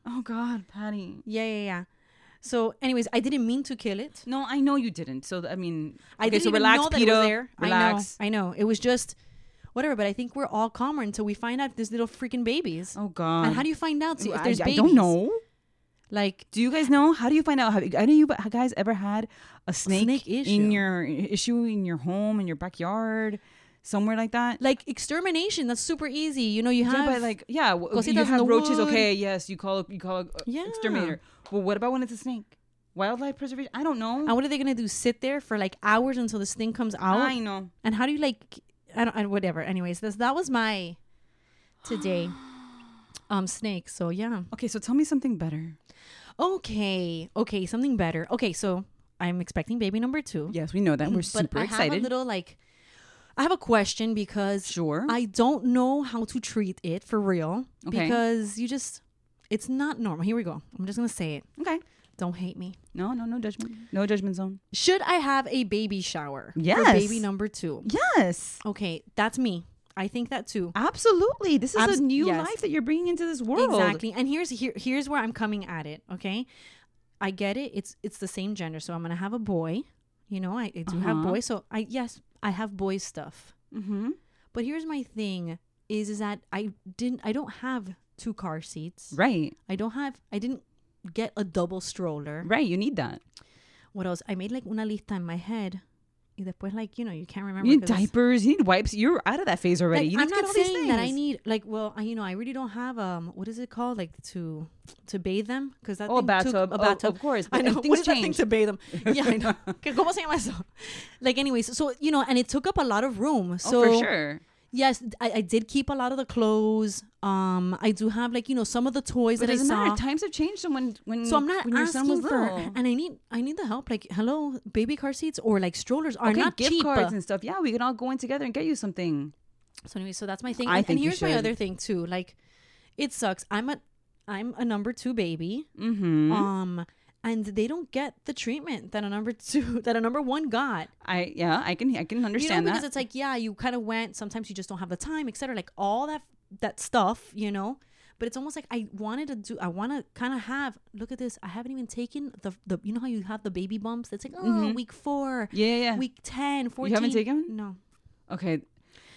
Speaker 2: Oh god, Patty.
Speaker 3: yeah, yeah. So, anyways, I didn't mean to kill it.
Speaker 2: No, I know you didn't. So I mean,
Speaker 3: I
Speaker 2: okay,
Speaker 3: didn't
Speaker 2: so
Speaker 3: even
Speaker 2: relax,
Speaker 3: know that
Speaker 2: Peter.
Speaker 3: it was there.
Speaker 2: Relax.
Speaker 3: I know. I know. It was just whatever. But I think we're all calmer until we find out there's little freaking babies.
Speaker 2: Oh god.
Speaker 3: and how do you find out so if there's
Speaker 2: I,
Speaker 3: babies?
Speaker 2: I don't know.
Speaker 3: Like
Speaker 2: Do you guys know? How do you find out? Have, I know you but have guys ever had a snake,
Speaker 3: snake issue.
Speaker 2: in your issue in your home in your backyard, somewhere like that?
Speaker 3: like extermination. That's super easy. You know, you have
Speaker 2: yeah, but like yeah, w-
Speaker 3: cositas
Speaker 2: you
Speaker 3: in the
Speaker 2: have roaches.
Speaker 3: wood.
Speaker 2: Okay, yes, you call you call a a
Speaker 3: Yeah.
Speaker 2: exterminator. Well, what about when it's a snake? Wildlife preservation? I don't know.
Speaker 3: And what are they gonna do? Sit there for like hours until this thing comes out?
Speaker 2: I know.
Speaker 3: and how do you like? I don't. I, whatever. Anyways, this that was my today. Um, snake. So yeah.
Speaker 2: Okay, so tell me something better.
Speaker 3: Okay. Okay. Something better. Okay. So I'm expecting baby number two.
Speaker 2: Oh, Yes, we know that. We're
Speaker 3: but
Speaker 2: super
Speaker 3: I have a
Speaker 2: excited.
Speaker 3: little like I have a question because
Speaker 2: Sure.
Speaker 3: I don't know how to treat it for real
Speaker 2: Okay.
Speaker 3: because you just it's not normal. Here we go. I'm just going to say it.
Speaker 2: okay.
Speaker 3: Don't hate me.
Speaker 2: No, no, no judgment. No judgment zone.
Speaker 3: Should I have a baby shower? for
Speaker 2: Yes.
Speaker 3: baby number 2.
Speaker 2: Yes,
Speaker 3: Okay, that's me. I think that too.
Speaker 2: absolutely. This is
Speaker 3: Abs-
Speaker 2: a new
Speaker 3: yes.
Speaker 2: life that you're bringing into this world.
Speaker 3: Exactly. And here's here here's where I'm coming at it, okay? I get it. It's it's the same gender, so I'm going to have a boy. You know, I, I do have
Speaker 2: Uh-huh.
Speaker 3: boys, so I yes, I have boy stuff.
Speaker 2: Mm-hmm.
Speaker 3: But here's my thing is is that I didn't I don't have two car seats.
Speaker 2: Right.
Speaker 3: I don't have. I didn't get a double stroller.
Speaker 2: Right. You need that.
Speaker 3: What else? I made like una lista in my head. Y después, like you know, you can't remember.
Speaker 2: You need
Speaker 3: 'cause-
Speaker 2: diapers. You need wipes. You're out of that phase already.
Speaker 3: Like,
Speaker 2: you need
Speaker 3: I'm
Speaker 2: to get
Speaker 3: not
Speaker 2: all these
Speaker 3: saying that I
Speaker 2: things.
Speaker 3: need like well, I, you know, I really don't have um, what is it called like to to bathe them because that
Speaker 2: Oh,
Speaker 3: thing took-
Speaker 2: bathtub.
Speaker 3: a
Speaker 2: Oh,
Speaker 3: bathtub.
Speaker 2: of course.
Speaker 3: I
Speaker 2: But-
Speaker 3: know
Speaker 2: and
Speaker 3: what
Speaker 2: things
Speaker 3: is that thing
Speaker 2: change.
Speaker 3: to bathe them. Yeah, I know. Que ¿Cómo se llama eso? Like, anyways, so you know, and it took up a lot of room.
Speaker 2: Oh,
Speaker 3: So
Speaker 2: for sure.
Speaker 3: yes, I, I did keep a lot of the clothes. Um, I do have like you know some of the toys
Speaker 2: But it
Speaker 3: that I
Speaker 2: doesn't
Speaker 3: saw.
Speaker 2: matter. Times have changed. And when when
Speaker 3: So I'm not
Speaker 2: when your son was
Speaker 3: asking for,
Speaker 2: little.
Speaker 3: and I need I need the help. Like, hello, baby car seats or like strollers are
Speaker 2: okay,
Speaker 3: not
Speaker 2: gift
Speaker 3: cheap. uh,
Speaker 2: cards and stuff. Yeah, we can all go in together and get you something.
Speaker 3: So anyway, so that's my thing.
Speaker 2: I
Speaker 3: and, and
Speaker 2: think you
Speaker 3: here's my
Speaker 2: should.
Speaker 3: other thing too. Like, it sucks. I'm a I'm a number two baby.
Speaker 2: Mm-hmm.
Speaker 3: Um, and they don't get the treatment that a number two that a number one got.
Speaker 2: I yeah, I can I can understand
Speaker 3: you know, because
Speaker 2: that.
Speaker 3: it's like yeah, you kind of went. Sometimes you just don't have the time, etc. Like all that that stuff, you know. But it's almost like I wanted to do. I want to kind of have. Look at this. I haven't even taken the the. You know how you have the baby bumps. That's like oh, week four,
Speaker 2: yeah, Mm-hmm. yeah, yeah.
Speaker 3: week 10, 14.
Speaker 2: haven't taken one?
Speaker 3: No.
Speaker 2: okay.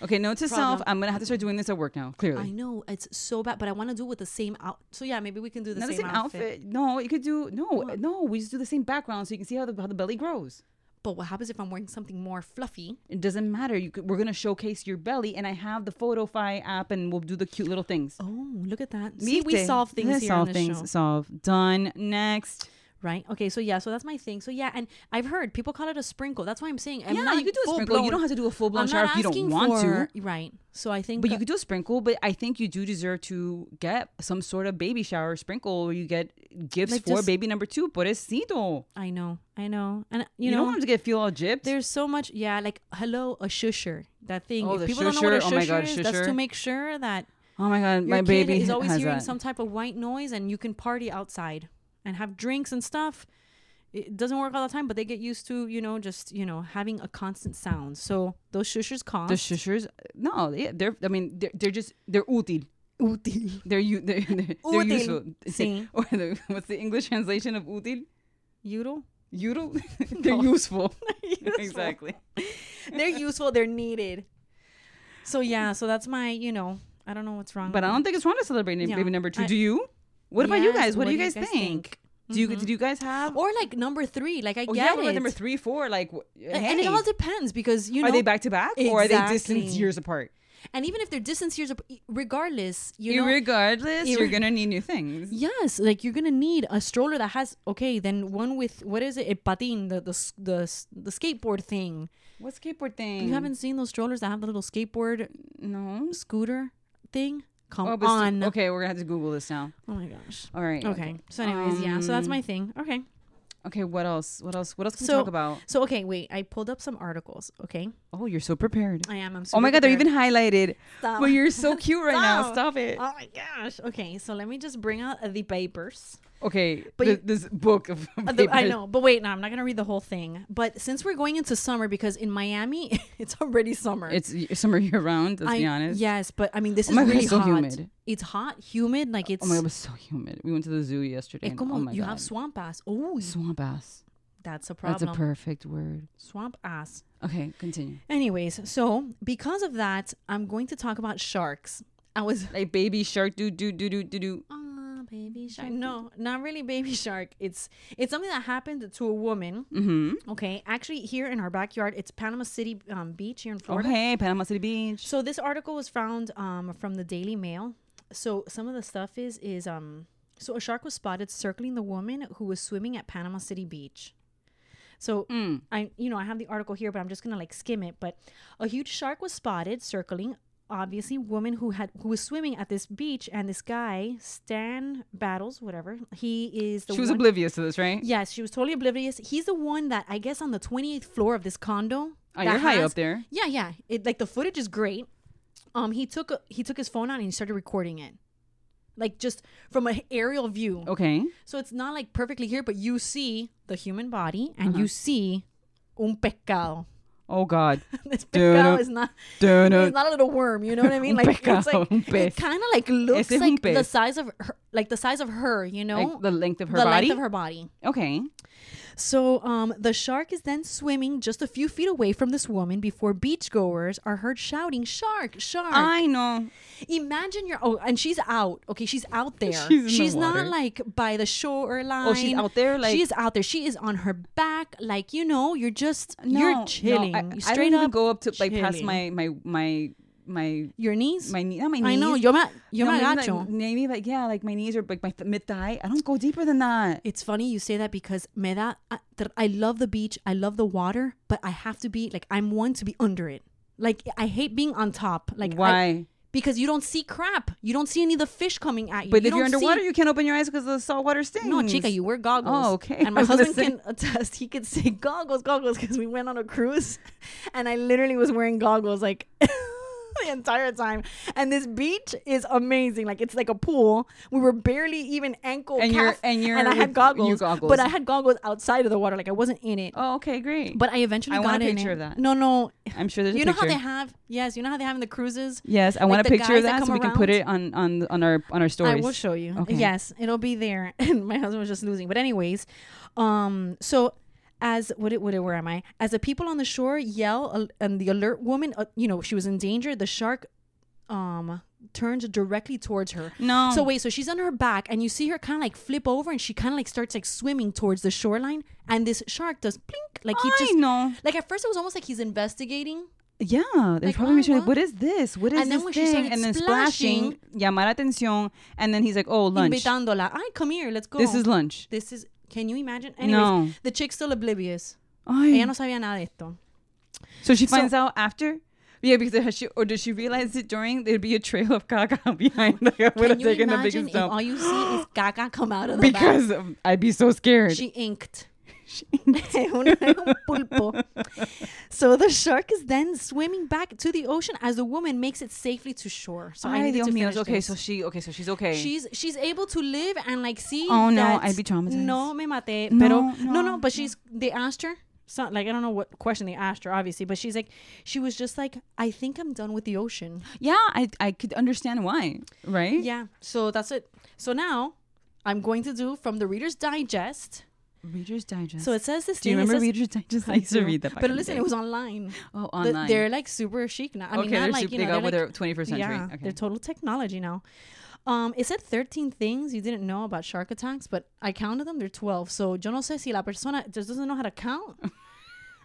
Speaker 2: Okay, note to self,
Speaker 3: Problem.
Speaker 2: I'm gonna have to start doing this at work now, clearly.
Speaker 3: I know it's so bad, but I want to do it with the same out. So yeah, maybe we can do the,
Speaker 2: Not
Speaker 3: same,
Speaker 2: the same
Speaker 3: outfit.
Speaker 2: outfit. No, you could do no, no. We just do the same background so you can see how the how the belly grows.
Speaker 3: But what happens if I'm wearing something more fluffy?
Speaker 2: It doesn't matter. You could, we're gonna showcase your belly, and I have the Photofy app, and we'll do the cute little things.
Speaker 3: Oh, look at that! See, we
Speaker 2: Viste.
Speaker 3: solve things
Speaker 2: Yeah,
Speaker 3: here
Speaker 2: solve
Speaker 3: on this
Speaker 2: things.
Speaker 3: show,
Speaker 2: Solve. Done. Next.
Speaker 3: right? Okay, so yeah, so that's my thing. So yeah, and I've heard people call it a sprinkle. That's why I'm saying I'm
Speaker 2: yeah,
Speaker 3: not
Speaker 2: you could do a
Speaker 3: full
Speaker 2: sprinkle. You
Speaker 3: blown-
Speaker 2: don't have to do a full blown
Speaker 3: I'm
Speaker 2: shower
Speaker 3: not
Speaker 2: if you don't
Speaker 3: asking
Speaker 2: want to.
Speaker 3: for- right? So I think,
Speaker 2: But you could do a sprinkle, but I think you do deserve to get some sort of baby shower sprinkle where you get gifts
Speaker 3: Like
Speaker 2: for
Speaker 3: just-
Speaker 2: baby number two, pobrecito.
Speaker 3: I know, I know, and uh,
Speaker 2: You,
Speaker 3: you, know,
Speaker 2: don't want him to get feel all gypped.
Speaker 3: there's so much. Yeah, like hello, a shusher. That thing.
Speaker 2: Oh,
Speaker 3: if
Speaker 2: the
Speaker 3: people don't know what a
Speaker 2: shusher. Oh my God,
Speaker 3: is, that's to
Speaker 2: shusher.
Speaker 3: make sure that
Speaker 2: Oh my god,
Speaker 3: your
Speaker 2: my
Speaker 3: kid
Speaker 2: baby
Speaker 3: is always
Speaker 2: has
Speaker 3: hearing
Speaker 2: that.
Speaker 3: some type of white noise and you can party outside and have drinks and stuff it doesn't work all the time but they get used to you know just you know having a constant sound so those shushers cost
Speaker 2: The shushers, no, they, they're. I mean, they're, they're just they're útil.
Speaker 3: útil
Speaker 2: They're you. They're, they're, they're
Speaker 3: Útil.
Speaker 2: useful.
Speaker 3: Sí.
Speaker 2: or the, what's the English translation of útil?
Speaker 3: Euro?
Speaker 2: Util. they're
Speaker 3: No.
Speaker 2: useful.
Speaker 3: Useful.
Speaker 2: Exactly.
Speaker 3: they're useful they're needed so yeah so that's my you know i don't know what's wrong
Speaker 2: Mm-hmm. But I don't think it's wrong to celebrate
Speaker 3: Yeah.
Speaker 2: baby number two.
Speaker 3: I-
Speaker 2: do you? What about you
Speaker 3: Yes,
Speaker 2: guys? What, do you guys, think? Do you? Did you guys have?
Speaker 3: or like number three like Mm-hmm. i
Speaker 2: oh,
Speaker 3: get
Speaker 2: yeah,
Speaker 3: it
Speaker 2: what about number three, four? Like, wh-
Speaker 3: A- and it
Speaker 2: hey,
Speaker 3: all depends because you know
Speaker 2: are they back to back or are they distance
Speaker 3: Exactly.
Speaker 2: years apart?
Speaker 3: and even if they're distance years ap- e, regardless you know
Speaker 2: Regardless,
Speaker 3: Ir-
Speaker 2: you're gonna need new things.
Speaker 3: Yes, like you're gonna need a stroller that has okay. Then one with what is it? A patin, the the s- the, s- the skateboard thing.
Speaker 2: What skateboard thing?
Speaker 3: You haven't seen those strollers that have the little skateboard
Speaker 2: No.
Speaker 3: scooter thing. Come
Speaker 2: Oh, but st-
Speaker 3: on.
Speaker 2: okay, we're gonna have to Google this now.
Speaker 3: Oh my gosh.
Speaker 2: All right.
Speaker 3: Okay. So, anyways, yeah. So that's
Speaker 2: Um,
Speaker 3: my thing. Okay.
Speaker 2: Okay. What else? What else? What else can
Speaker 3: So-
Speaker 2: we talk about?
Speaker 3: So okay, wait. I pulled up some articles. Okay.
Speaker 2: Oh, you're so prepared.
Speaker 3: I am. I'm.
Speaker 2: oh my
Speaker 3: super
Speaker 2: god, they're
Speaker 3: prepared.
Speaker 2: even highlighted.
Speaker 3: Stop.
Speaker 2: But you're so cute right now. Stop
Speaker 3: Stop.
Speaker 2: it.
Speaker 3: Oh my gosh. Okay. So let me just bring out uh, the papers.
Speaker 2: Okay.
Speaker 3: But
Speaker 2: But
Speaker 3: you-
Speaker 2: this book of
Speaker 3: Uh, the- I
Speaker 2: papers.
Speaker 3: know, but wait, no, I'm not gonna read the whole thing. But since we're going into summer, because in Miami it's already summer.
Speaker 2: It's y- summer year round. Let's
Speaker 3: I-
Speaker 2: be honest.
Speaker 3: Yes, but I mean, this
Speaker 2: Oh
Speaker 3: is
Speaker 2: my God,
Speaker 3: really
Speaker 2: it's so
Speaker 3: hot.
Speaker 2: humid.
Speaker 3: It's hot, humid. Like it's.
Speaker 2: Oh my god, it was so humid. We went to the zoo yesterday.
Speaker 3: it's
Speaker 2: and-
Speaker 3: como-
Speaker 2: oh my
Speaker 3: you
Speaker 2: god.
Speaker 3: have swamp ass. Oh,
Speaker 2: swamp ass.
Speaker 3: that's a
Speaker 2: That's
Speaker 3: problem.
Speaker 2: a perfect word.
Speaker 3: swamp ass.
Speaker 2: Okay, continue.
Speaker 3: Anyways, so because of that, I'm going to talk about sharks. I was.
Speaker 2: Like baby shark, do do do do do do.
Speaker 3: Ah, baby shark. No, not really baby shark. It's it's something that happened to a woman.
Speaker 2: Mm-hmm.
Speaker 3: Okay, actually, here in our backyard, it's Panama City um, Beach here in
Speaker 2: Oh
Speaker 3: Florida.
Speaker 2: hey, Panama City Beach.
Speaker 3: So this article was found um, from the Daily Mail. So some of the stuff is is um so a shark was spotted circling the woman who was swimming at Panama City Beach. So
Speaker 2: Mm.
Speaker 3: I you know I have the article here, but I'm just gonna like skim it. But a huge shark was spotted circling obviously woman who had who was swimming at this beach and this guy Stan Battles whatever he is the
Speaker 2: She was
Speaker 3: one,
Speaker 2: oblivious to this, right?
Speaker 3: yes she was totally oblivious he's the one that I guess on the 28th floor of this condo
Speaker 2: Oh,
Speaker 3: that
Speaker 2: you're high
Speaker 3: has-
Speaker 2: up there.
Speaker 3: yeah, yeah. It like the footage is great. Um, he took a, he took his phone out and he started recording it, like just from an aerial view.
Speaker 2: Okay.
Speaker 3: So it's not like perfectly here, but you see the human body and
Speaker 2: Uh-huh.
Speaker 3: you see un pescado.
Speaker 2: Oh God.
Speaker 3: this
Speaker 2: Dude,
Speaker 3: pescado
Speaker 2: uh,
Speaker 3: is not
Speaker 2: Dun,
Speaker 3: it's
Speaker 2: dun.
Speaker 3: not a little worm. You know what I mean?
Speaker 2: Un
Speaker 3: Like
Speaker 2: pescado,
Speaker 3: it's like
Speaker 2: un
Speaker 3: it
Speaker 2: pez.
Speaker 3: kind of like looks
Speaker 2: Ese es un
Speaker 3: like the
Speaker 2: pez.
Speaker 3: size of her, like the size of her. You know,
Speaker 2: Like the length of her
Speaker 3: the
Speaker 2: body.
Speaker 3: length of her body.
Speaker 2: okay.
Speaker 3: So um, the shark is then swimming just a few feet away from this woman before beachgoers are heard shouting, "Shark! Shark!"
Speaker 2: I know.
Speaker 3: Imagine you're oh, and she's out. Okay, she's out there.
Speaker 2: She's in the
Speaker 3: not
Speaker 2: water.
Speaker 3: like by the shoreline.
Speaker 2: Oh, she's out there, like-
Speaker 3: she's out there. She is on her back, like you know. You're just
Speaker 2: No,
Speaker 3: you're
Speaker 2: no,
Speaker 3: chilling.
Speaker 2: I,
Speaker 3: You
Speaker 2: I
Speaker 3: straight
Speaker 2: don't even
Speaker 3: up,
Speaker 2: go up to like past
Speaker 3: chilling.
Speaker 2: my my my my
Speaker 3: your knees.
Speaker 2: my knee. Not my knees.
Speaker 3: I know. Yo me, yo
Speaker 2: No,
Speaker 3: me
Speaker 2: maybe like-
Speaker 3: agacho.
Speaker 2: Maybe like yeah, like my knees are like my mid thigh. I don't go deeper than that.
Speaker 3: It's funny you say that because me da, I- tr- I love the beach, I love the water, but I have to be like I'm one to be under it. Like I hate being on top. Like I-
Speaker 2: Why?
Speaker 3: because you don't see crap. You don't see any of the fish coming at you.
Speaker 2: but
Speaker 3: You
Speaker 2: if you're
Speaker 3: don't see-
Speaker 2: underwater, you can't open your eyes because the saltwater stings.
Speaker 3: no, chica, you wear goggles.
Speaker 2: Oh, okay.
Speaker 3: And my
Speaker 2: I was
Speaker 3: husband
Speaker 2: listening.
Speaker 3: can attest. He could say goggles, goggles, because we went on a cruise, and I literally was wearing goggles like the entire time. And this beach is amazing. Like it's like a pool. We were barely even ankle
Speaker 2: And you're-
Speaker 3: calf,
Speaker 2: and you're
Speaker 3: I had
Speaker 2: with- you
Speaker 3: goggles,
Speaker 2: goggles.
Speaker 3: But I had goggles outside of the water. Like I wasn't in it.
Speaker 2: Oh, okay, great.
Speaker 3: But I eventually
Speaker 2: I
Speaker 3: got
Speaker 2: want a
Speaker 3: in
Speaker 2: picture of
Speaker 3: it.
Speaker 2: that.
Speaker 3: No, no.
Speaker 2: I'm sure there's
Speaker 3: you
Speaker 2: a
Speaker 3: know
Speaker 2: picture.
Speaker 3: how they have? Yes, you know how they have in the cruises.
Speaker 2: yes, I
Speaker 3: like
Speaker 2: want a
Speaker 3: the
Speaker 2: picture
Speaker 3: guys
Speaker 2: of
Speaker 3: that
Speaker 2: that so
Speaker 3: come
Speaker 2: we can put it on on on our on our stories.
Speaker 3: I will show you.
Speaker 2: Okay.
Speaker 3: Yes, it'll be there. And my husband was just losing. But anyways, um, so as what it what it where am I? As the people on the shore yell al- and the alert woman, uh, you know, she was in danger. The shark, um, turned directly towards her.
Speaker 2: No.
Speaker 3: So wait, so she's on her back, and you see her kind of like flip over, and she kind of like starts like swimming towards the shoreline, and this shark does blink, like he
Speaker 2: I
Speaker 3: just.
Speaker 2: know.
Speaker 3: Like at first, it was almost like he's investigating.
Speaker 2: Yeah, they
Speaker 3: Like,
Speaker 2: probably
Speaker 3: oh,
Speaker 2: be sure, like,
Speaker 3: well.
Speaker 2: what is this? What is
Speaker 3: And then
Speaker 2: this
Speaker 3: when she
Speaker 2: thing?
Speaker 3: started
Speaker 2: and then splashing, llamar atención, and then he's like, "Oh, lunch.
Speaker 3: Invitándola. Ay, come here, let's go.
Speaker 2: This is lunch."
Speaker 3: This is. Can you imagine? Anyways,
Speaker 2: No.
Speaker 3: the chick's still oblivious.
Speaker 2: Ay.
Speaker 3: Ella no sabía nada de esto.
Speaker 2: So she finds out after. Yeah, because it has she or did she realize it during? There'd be a trail of caca behind. Like I would
Speaker 3: Can
Speaker 2: have
Speaker 3: you
Speaker 2: taken the
Speaker 3: imagine
Speaker 2: biggest
Speaker 3: if
Speaker 2: dump
Speaker 3: all you see is caca come out of the back?
Speaker 2: because um, I'd be so scared.
Speaker 3: She inked. Un- un pulpo. So the shark is then swimming back to the ocean as the woman makes it safely to shore. So I
Speaker 2: Ay,
Speaker 3: need
Speaker 2: Dios
Speaker 3: to
Speaker 2: mío.
Speaker 3: finish
Speaker 2: Okay,
Speaker 3: this.
Speaker 2: so she. Okay, so she's okay.
Speaker 3: she's she's able to live and like see.
Speaker 2: Oh, no,
Speaker 3: that
Speaker 2: I'd be traumatized.
Speaker 3: No, me mate.
Speaker 2: No,
Speaker 3: pero no, no,
Speaker 2: no,
Speaker 3: But she's they asked her. So, like I don't know what question they asked her, obviously, but she's like, she was just like, I think I'm done with the ocean.
Speaker 2: yeah, I I could understand why, right?
Speaker 3: Yeah. So that's it. So now I'm going to do from the Reader's Digest.
Speaker 2: Reader's Digest.
Speaker 3: So it says this.
Speaker 2: do you
Speaker 3: thing, it
Speaker 2: remember
Speaker 3: says-
Speaker 2: Reader's Digest? I
Speaker 3: I
Speaker 2: used to
Speaker 3: do.
Speaker 2: read that. back in
Speaker 3: But
Speaker 2: the
Speaker 3: listen,
Speaker 2: day.
Speaker 3: it was online.
Speaker 2: oh
Speaker 3: The-
Speaker 2: online.
Speaker 3: they're like super chic now. I mean,
Speaker 2: okay,
Speaker 3: not
Speaker 2: they're
Speaker 3: like
Speaker 2: super,
Speaker 3: you know,
Speaker 2: they got
Speaker 3: they're
Speaker 2: with their
Speaker 3: like-
Speaker 2: 21st century.
Speaker 3: yeah,
Speaker 2: okay.
Speaker 3: they're total technology now. Um, it said 13 things you didn't know about shark attacks, but I counted them. They're 12. So yo no sé si la persona just doesn't know how to count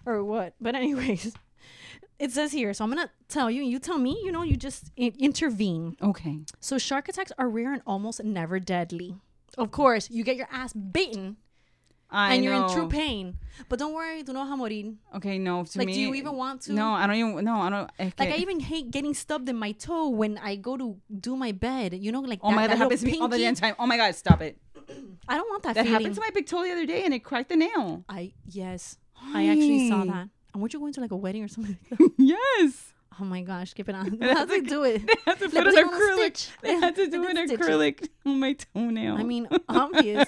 Speaker 3: or what. But anyways, it says here. So I'm gonna tell you, and you tell me. You know, you just in- intervene.
Speaker 2: okay.
Speaker 3: So shark attacks are rare and almost never deadly. Of course, you get your ass
Speaker 2: Mm.
Speaker 3: bitten
Speaker 2: I
Speaker 3: and you're in
Speaker 2: know.
Speaker 3: true pain. But don't worry, do no vas a morir.
Speaker 2: Okay, no. To
Speaker 3: Like,
Speaker 2: me,
Speaker 3: do you even want to?
Speaker 2: No, I don't even. No, I don't. Okay.
Speaker 3: Like I even hate getting stubbed in my toe when I go to do my bed. You know, like
Speaker 2: oh my god, that
Speaker 3: little
Speaker 2: happens to me all the
Speaker 3: pinky.
Speaker 2: damn time. Oh my god, stop it.
Speaker 3: I don't want that,
Speaker 2: That
Speaker 3: feeling.
Speaker 2: happened to my big toe the other day, and it cracked the nail.
Speaker 3: I yes, I actually saw
Speaker 2: Hi.
Speaker 3: that. And weren't you going to like a wedding or something? Like that?
Speaker 2: yes.
Speaker 3: oh my gosh, keep it on. How do they do it?
Speaker 2: They had to
Speaker 3: Le
Speaker 2: put an
Speaker 3: pusieron un
Speaker 2: acrylic.
Speaker 3: stitch.
Speaker 2: They had to
Speaker 3: They
Speaker 2: do
Speaker 3: did
Speaker 2: an
Speaker 3: stitches.
Speaker 2: acrylic on my toenail.
Speaker 3: I mean, obvious.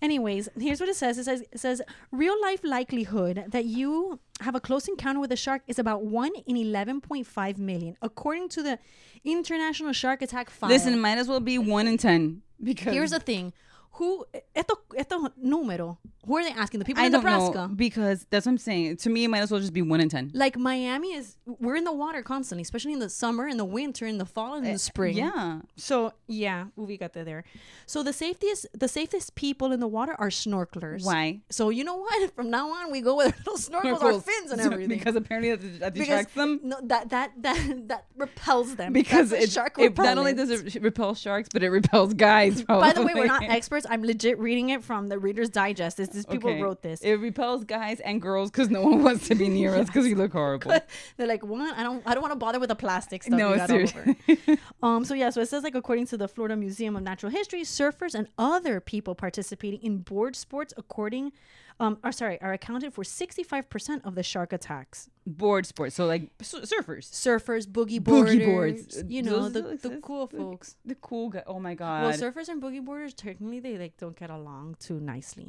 Speaker 3: Anyways, here's what it says. It says it says real life likelihood that you have a close encounter with a shark is about one in eleven point five million, according to the International Shark Attack File.
Speaker 2: listen, might as well be one in ten because
Speaker 3: Here's the thing. Who esto, esto número? Who are they asking? The people
Speaker 2: I
Speaker 3: in
Speaker 2: don't
Speaker 3: Nebraska.
Speaker 2: know because that's what I'm saying. To me, it might as well just be one in ten.
Speaker 3: Like Miami is we're in the water constantly, especially in the summer, in the winter, in the fall, and in the spring.
Speaker 2: Eh, Yeah.
Speaker 3: So yeah, we got that there. So the safest the safest people in the water are snorkelers.
Speaker 2: Why?
Speaker 3: So you know what? From now on we go with our little snorkels, our fins and everything.
Speaker 2: because apparently that, that
Speaker 3: Because-
Speaker 2: detracts them.
Speaker 3: No, that that that that repels them.
Speaker 2: Because
Speaker 3: That's what
Speaker 2: it,
Speaker 3: shark
Speaker 2: it not only
Speaker 3: repellent.
Speaker 2: does it repel sharks, but it repels guys. Probably.
Speaker 3: By the way, we're not experts. I'm legit reading it from the Reader's Digest. This, these people
Speaker 2: Okay.
Speaker 3: wrote this.
Speaker 2: It repels guys and girls because no one wants to be near us because we look horrible.
Speaker 3: They're like, one, I don't, I don't want to bother with the plastic stuff.
Speaker 2: No,
Speaker 3: we got all
Speaker 2: seriously.
Speaker 3: over." um, so yeah, so it says like according to the Florida Museum of Natural History, surfers and other people participating in board sports, according, um, are sorry, are accounted for sixty five percent of the shark attacks.
Speaker 2: Board sports, so like su- surfers,
Speaker 3: Surfers, boogie boarders,
Speaker 2: Boogie boards.
Speaker 3: you know
Speaker 2: Those-
Speaker 3: the,
Speaker 2: those-
Speaker 3: the
Speaker 2: those-
Speaker 3: cool
Speaker 2: those-
Speaker 3: folks.
Speaker 2: the cool guy. Oh my
Speaker 3: Well,
Speaker 2: god.
Speaker 3: surfers and boogie boarders technically they like don't get along too nicely,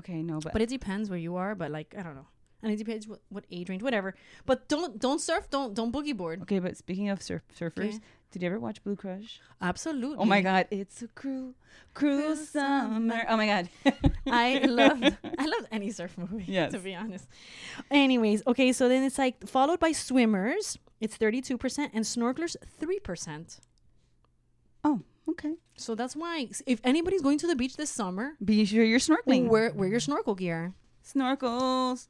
Speaker 2: okay, no, but,
Speaker 3: but it depends where you are. But like I don't know. and it depends what, what age range, whatever. But don't don't surf, don't don't boogie board.
Speaker 2: Okay, but speaking of surf- surfers,
Speaker 3: Okay.
Speaker 2: did you ever watch Blue Crush?
Speaker 3: Absolutely.
Speaker 2: Oh my God, it's a cruel, cruel summer. Oh my God.
Speaker 3: I love I love any surf movie.
Speaker 2: Yes.
Speaker 3: To be honest. Anyways, okay, so then it's like followed by swimmers, it's thirty two percent, and snorkelers three percent.
Speaker 2: Oh, okay.
Speaker 3: So that's why if anybody's going to the beach this summer,
Speaker 2: Be sure you're snorkeling.
Speaker 3: wear wear your snorkel gear.
Speaker 2: Snorkels.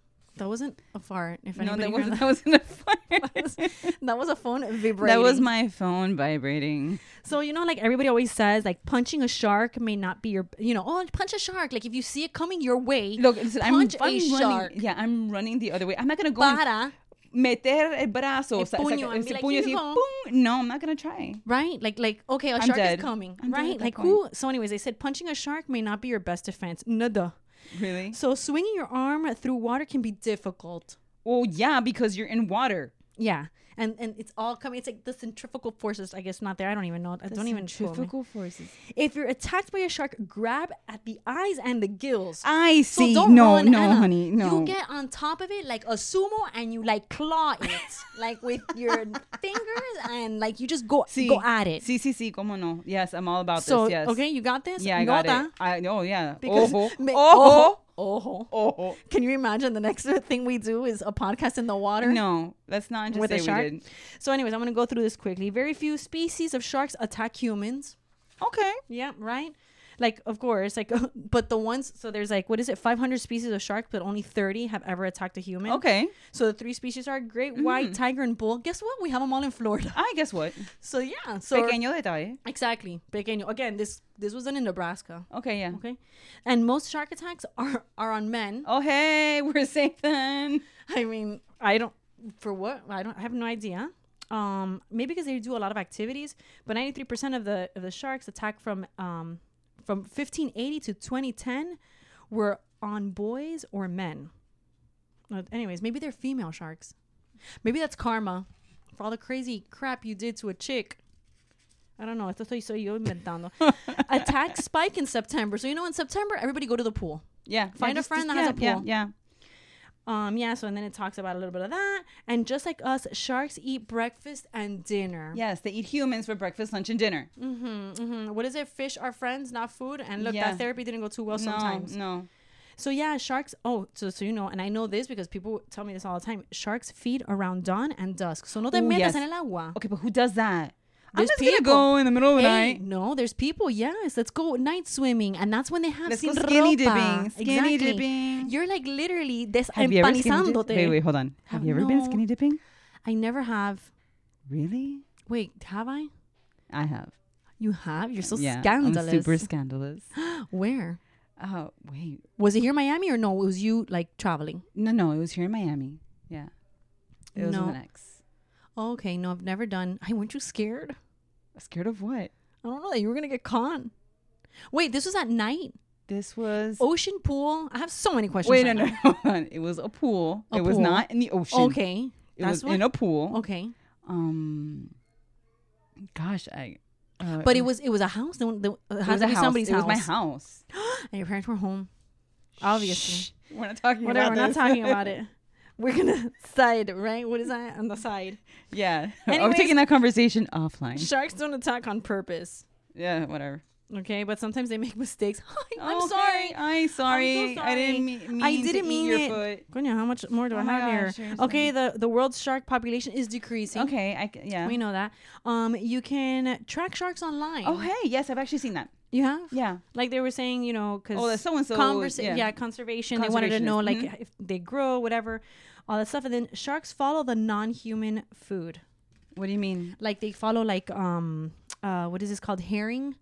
Speaker 3: That wasn't a fart. If
Speaker 2: No,
Speaker 3: anybody
Speaker 2: that
Speaker 3: heard
Speaker 2: wasn't, that wasn't a fire.
Speaker 3: was- that was a phone vibrating.
Speaker 2: That was my phone vibrating.
Speaker 3: so you know, like everybody always says, like punching a shark may not be your, you know, oh, punch a shark. Like if you see it coming your way,
Speaker 2: Look, listen, I'm,
Speaker 3: Punch a
Speaker 2: I'm running.
Speaker 3: shark.
Speaker 2: Yeah, I'm running the other way. I'm not gonna go and
Speaker 3: para,
Speaker 2: meter el brazo,
Speaker 3: El
Speaker 2: o sea,
Speaker 3: puño,
Speaker 2: saca-
Speaker 3: and
Speaker 2: ese
Speaker 3: be like,
Speaker 2: puño
Speaker 3: "Here you
Speaker 2: así,
Speaker 3: go."
Speaker 2: pum. No, I'm not gonna try.
Speaker 3: right? Like like okay, a
Speaker 2: I'm
Speaker 3: shark
Speaker 2: dead.
Speaker 3: is coming,
Speaker 2: I'm dead at
Speaker 3: right?
Speaker 2: that
Speaker 3: Like who? So anyways, they said punching a shark may not be your best defense. Nada.
Speaker 2: Really?
Speaker 3: So swinging your arm through water can be difficult.
Speaker 2: Well, yeah, because you're in water.
Speaker 3: Yeah. And, and it's all coming. It's like the centrifugal forces. I guess not there. I don't even know. I don't even. quote me.
Speaker 2: Centrifugal forces.
Speaker 3: If you're attacked by a shark, grab at the eyes and the gills.
Speaker 2: I
Speaker 3: So
Speaker 2: see.
Speaker 3: don't
Speaker 2: no,
Speaker 3: run,
Speaker 2: no,
Speaker 3: Anna.
Speaker 2: honey, no.
Speaker 3: You get on top of it like a sumo, and you like claw it, like with your fingers, and like you just go
Speaker 2: See,
Speaker 3: go at it.
Speaker 2: Sí, sí, sí. Como no? Yes, I'm all about
Speaker 3: so
Speaker 2: this. Yes.
Speaker 3: okay, you got this.
Speaker 2: Yeah, I got it.
Speaker 3: Nota.
Speaker 2: I no, yeah.
Speaker 3: Because
Speaker 2: ojo,
Speaker 3: ma-
Speaker 2: ojo,
Speaker 3: ojo, ojo.
Speaker 2: ojo.
Speaker 3: Can you imagine the next thing we do is a podcast in the water?
Speaker 2: No, let's not just
Speaker 3: With
Speaker 2: say
Speaker 3: a
Speaker 2: we did.
Speaker 3: shark? So, anyways, I'm gonna go through this quickly. Very few species of sharks attack humans.
Speaker 2: Okay.
Speaker 3: Yeah, right. Like, of course, like, but the ones. So there's like, what is it? 500 species of shark, but only 30 have ever attacked a human.
Speaker 2: Okay.
Speaker 3: So the three species are great white, tiger, and bull. Guess what? We have them all in Florida.
Speaker 2: I guess what?
Speaker 3: So yeah. So
Speaker 2: Pequeño detalle.
Speaker 3: exactly, pequeño. Again, this this was done in Nebraska.
Speaker 2: Okay, yeah.
Speaker 3: Okay, and most shark attacks are are on men.
Speaker 2: Oh hey, we're safe then.
Speaker 3: I mean, I don't for what I don't I have no idea. Um, maybe because they do a lot of activities, but 93% of the of the sharks attack from um from 1580 to 2010 were on boys or men. Uh, Anyways, maybe they're female sharks. Maybe that's karma for all the crazy crap you did to a chick. I don't know. Esto estoy soy yo inventando. Attack spike in September. So you know in September everybody go to the pool.
Speaker 2: Yeah.
Speaker 3: Find
Speaker 2: yeah,
Speaker 3: a friend that has a
Speaker 2: yeah,
Speaker 3: pool.
Speaker 2: Yeah, yeah.
Speaker 3: Um, yeah, so and then it talks about a little bit of that. And just like us, sharks eat breakfast and dinner.
Speaker 2: Yes, they eat humans for breakfast, lunch, and dinner.
Speaker 3: Mm-hmm, mm-hmm. What is it? Fish are friends, not food. And look,
Speaker 2: Yeah.
Speaker 3: that therapy didn't go too well
Speaker 2: no,
Speaker 3: sometimes.
Speaker 2: no.
Speaker 3: So yeah, sharks. Oh, so so you know, and I know this because people tell me this all the time. Sharks feed around dawn and dusk. So no te
Speaker 2: Ooh, yes.
Speaker 3: metas en el agua.
Speaker 2: Okay, but who does that? I'm
Speaker 3: There's
Speaker 2: just
Speaker 3: people.
Speaker 2: gonna go in the middle of the
Speaker 3: Hey,
Speaker 2: night.
Speaker 3: no, there's people. Yes, let's go night swimming, and that's when they have
Speaker 2: Let's go
Speaker 3: sin
Speaker 2: skinny
Speaker 3: ropa.
Speaker 2: dipping. Skinny
Speaker 3: Exactly.
Speaker 2: dipping.
Speaker 3: You're like literally
Speaker 2: Have you ever skinny
Speaker 3: desempanizándote.
Speaker 2: dipped? Wait, wait, hold on. Have
Speaker 3: Have-
Speaker 2: you ever been
Speaker 3: no.
Speaker 2: skinny dipping?
Speaker 3: I never have.
Speaker 2: Really?
Speaker 3: Wait, have I?
Speaker 2: I have.
Speaker 3: You have? You're so
Speaker 2: yeah,
Speaker 3: scandalous.
Speaker 2: I'm super scandalous.
Speaker 3: Where?
Speaker 2: Oh wait,
Speaker 3: Was it here in Miami or no? Was you like traveling?
Speaker 2: no, no, it was here in Miami. Yeah, it was
Speaker 3: No.
Speaker 2: with an ex.
Speaker 3: Oh, okay, no, I've never done. I weren't you scared?
Speaker 2: Scared of what?
Speaker 3: I don't know that you were gonna get caught. Wait, this was at night.
Speaker 2: This was.
Speaker 3: Ocean pool. I have so many questions.
Speaker 2: wait, no,
Speaker 3: right
Speaker 2: no,
Speaker 3: now.
Speaker 2: hold on. It was a pool.
Speaker 3: A
Speaker 2: it was
Speaker 3: pool.
Speaker 2: not in the ocean.
Speaker 3: Okay,
Speaker 2: it
Speaker 3: that's
Speaker 2: was
Speaker 3: what-
Speaker 2: in a pool.
Speaker 3: okay,
Speaker 2: Um, gosh, I. Uh,
Speaker 3: but it was it was a house. There, there, it
Speaker 2: it
Speaker 3: had
Speaker 2: was
Speaker 3: to
Speaker 2: a
Speaker 3: be
Speaker 2: house.
Speaker 3: somebody's
Speaker 2: it
Speaker 3: house.
Speaker 2: was my house.
Speaker 3: And your parents were home, obviously.
Speaker 2: Shh. We're not talking
Speaker 3: Whatever. We're
Speaker 2: about
Speaker 3: not
Speaker 2: this.
Speaker 3: talking about it. We're gonna side right. What is that on the side?
Speaker 2: yeah. I'm
Speaker 3: Anyways-
Speaker 2: taking that conversation offline.
Speaker 3: Sharks don't attack on purpose.
Speaker 2: Yeah, whatever.
Speaker 3: Okay, but sometimes they make mistakes. I'm
Speaker 2: Okay,
Speaker 3: sorry.
Speaker 2: I'm sorry.
Speaker 3: I'm so
Speaker 2: I didn't
Speaker 3: sorry.
Speaker 2: mean, mean
Speaker 3: I
Speaker 2: to
Speaker 3: didn't
Speaker 2: eat
Speaker 3: mean
Speaker 2: your
Speaker 3: it.
Speaker 2: foot.
Speaker 3: Gonya, how much more do
Speaker 2: Oh
Speaker 3: I
Speaker 2: my
Speaker 3: have here?
Speaker 2: gosh, seriously.
Speaker 3: Okay, the the world's shark population is decreasing.
Speaker 2: Okay, I c- yeah.
Speaker 3: We know that. Um, you can track sharks online.
Speaker 2: Oh hey, yes, I've actually seen that.
Speaker 3: you have?
Speaker 2: Yeah.
Speaker 3: Like they were saying, you know, because
Speaker 2: Oh, that's so-and-so, yeah.
Speaker 3: yeah. conservation. They wanted to know
Speaker 2: Conservationist,
Speaker 3: like
Speaker 2: mhm.
Speaker 3: if they grow, whatever, all that stuff. And then sharks follow the non-human food.
Speaker 2: What do you mean?
Speaker 3: Like they follow like um uh what is this called herring.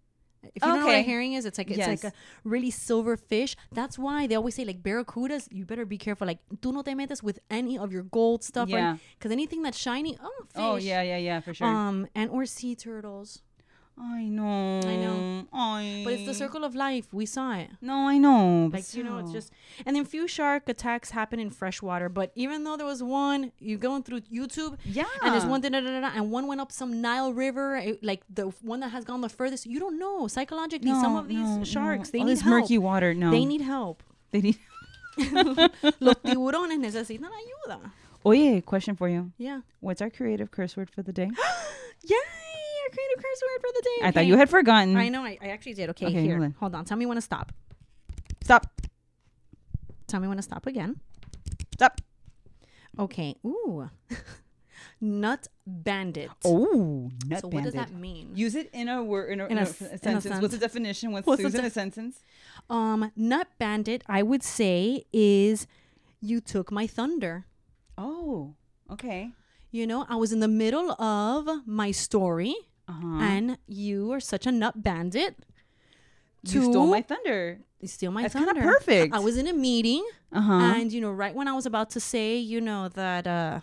Speaker 3: If you don't know what a
Speaker 2: Okay.
Speaker 3: herring is, it's like it's
Speaker 2: Yes.
Speaker 3: like a really silver fish. That's why they always say like barracudas. You better be careful. Like, do no te metas with any of your gold stuff.
Speaker 2: Yeah.
Speaker 3: Because anything that's shiny, oh, fish.
Speaker 2: Oh yeah, yeah, yeah, for sure.
Speaker 3: Um, and or sea turtles.
Speaker 2: I know.
Speaker 3: I know.
Speaker 2: I.
Speaker 3: But it's the circle of life. We saw it.
Speaker 2: No, I know. but
Speaker 3: Like you know, it's
Speaker 2: still.
Speaker 3: just and then few shark attacks happen in freshwater. But even though there was one, you going through YouTube,
Speaker 2: yeah.
Speaker 3: and there's one da, da, da, da, and one went up some Nile River, it- like the one that has gone the furthest. You don't know psychologically. some
Speaker 2: No,
Speaker 3: of these
Speaker 2: no,
Speaker 3: sharks
Speaker 2: no.
Speaker 3: they
Speaker 2: All
Speaker 3: need
Speaker 2: this
Speaker 3: help.
Speaker 2: murky water. No,
Speaker 3: They need help.
Speaker 2: They need.
Speaker 3: Los tiburones necesitan ayuda.
Speaker 2: Oye, question for you.
Speaker 3: Yeah.
Speaker 2: What's our creative curse word for the day?
Speaker 3: Yay! Our creative curse word for the day.
Speaker 2: I thought
Speaker 3: Okay.
Speaker 2: you had forgotten.
Speaker 3: I know. I, I actually did. Okay,
Speaker 2: Mm. Okay,
Speaker 3: here.
Speaker 2: hold on.
Speaker 3: Hold on. Tell me when to stop.
Speaker 2: Stop.
Speaker 3: Tell me when to stop again.
Speaker 2: Stop.
Speaker 3: Okay. Ooh. Nut bandit.
Speaker 2: Oh, nut
Speaker 3: so what
Speaker 2: bandit.
Speaker 3: does that mean?
Speaker 2: Use it in a word in a,
Speaker 3: In
Speaker 2: no,
Speaker 3: a s- in a
Speaker 2: sentence. What's
Speaker 3: sentence.
Speaker 2: the definition? What's,
Speaker 3: What's the
Speaker 2: Susan
Speaker 3: de-
Speaker 2: a sentence?
Speaker 3: Um, nut bandit. I would say is you took my thunder.
Speaker 2: Oh, okay.
Speaker 3: You know, I was in the middle of my story,
Speaker 2: Uh-huh.
Speaker 3: and you are such a nut bandit.
Speaker 2: You stole
Speaker 3: to-
Speaker 2: my thunder.
Speaker 3: You steal my
Speaker 2: That's kinda
Speaker 3: thunder.
Speaker 2: perfect.
Speaker 3: I was in a meeting,
Speaker 2: Uh huh.
Speaker 3: and you know, right when I was about to say, you know, that uh,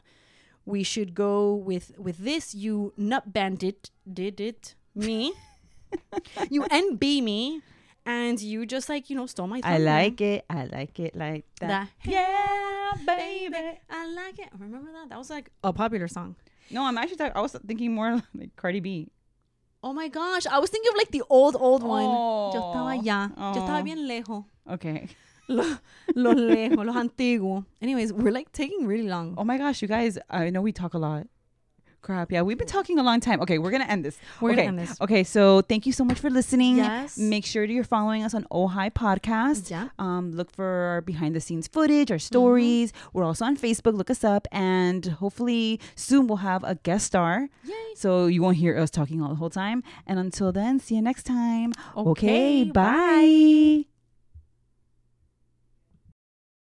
Speaker 3: we should go with with this, you nut bandit did it me. you NB me, and you just like you know stole my. Thunder.
Speaker 2: I like it. I like it like that.
Speaker 3: that.
Speaker 2: Yeah,
Speaker 3: baby. I like it. Remember that? That was like a popular song.
Speaker 2: No, I'm actually. Talk- I was thinking more like Cardi B.
Speaker 3: Oh my gosh. I was thinking of like the old, old one. Yo
Speaker 2: Oh.
Speaker 3: estaba allá. Yo
Speaker 2: Oh.
Speaker 3: estaba bien lejos.
Speaker 2: Okay.
Speaker 3: Los, los lejos, los antiguos. Anyways, we're like taking really long.
Speaker 2: Oh my gosh, you guys! I know we talk a lot. Crap. Yeah, we've been talking a long time. Okay, we're gonna end this.
Speaker 3: We're
Speaker 2: okay.
Speaker 3: gonna end this.
Speaker 2: Okay, so thank you so much for listening.
Speaker 3: Yes.
Speaker 2: Make sure that you're following us on Ohio Podcast.
Speaker 3: Yeah.
Speaker 2: Um, look for our behind the scenes footage, our stories. We're also on Facebook. Look us up, and hopefully soon we'll have a guest star.
Speaker 3: Yay.
Speaker 2: So you won't hear us talking all the whole time. And until then, see you next time.
Speaker 3: Okay,
Speaker 2: bye.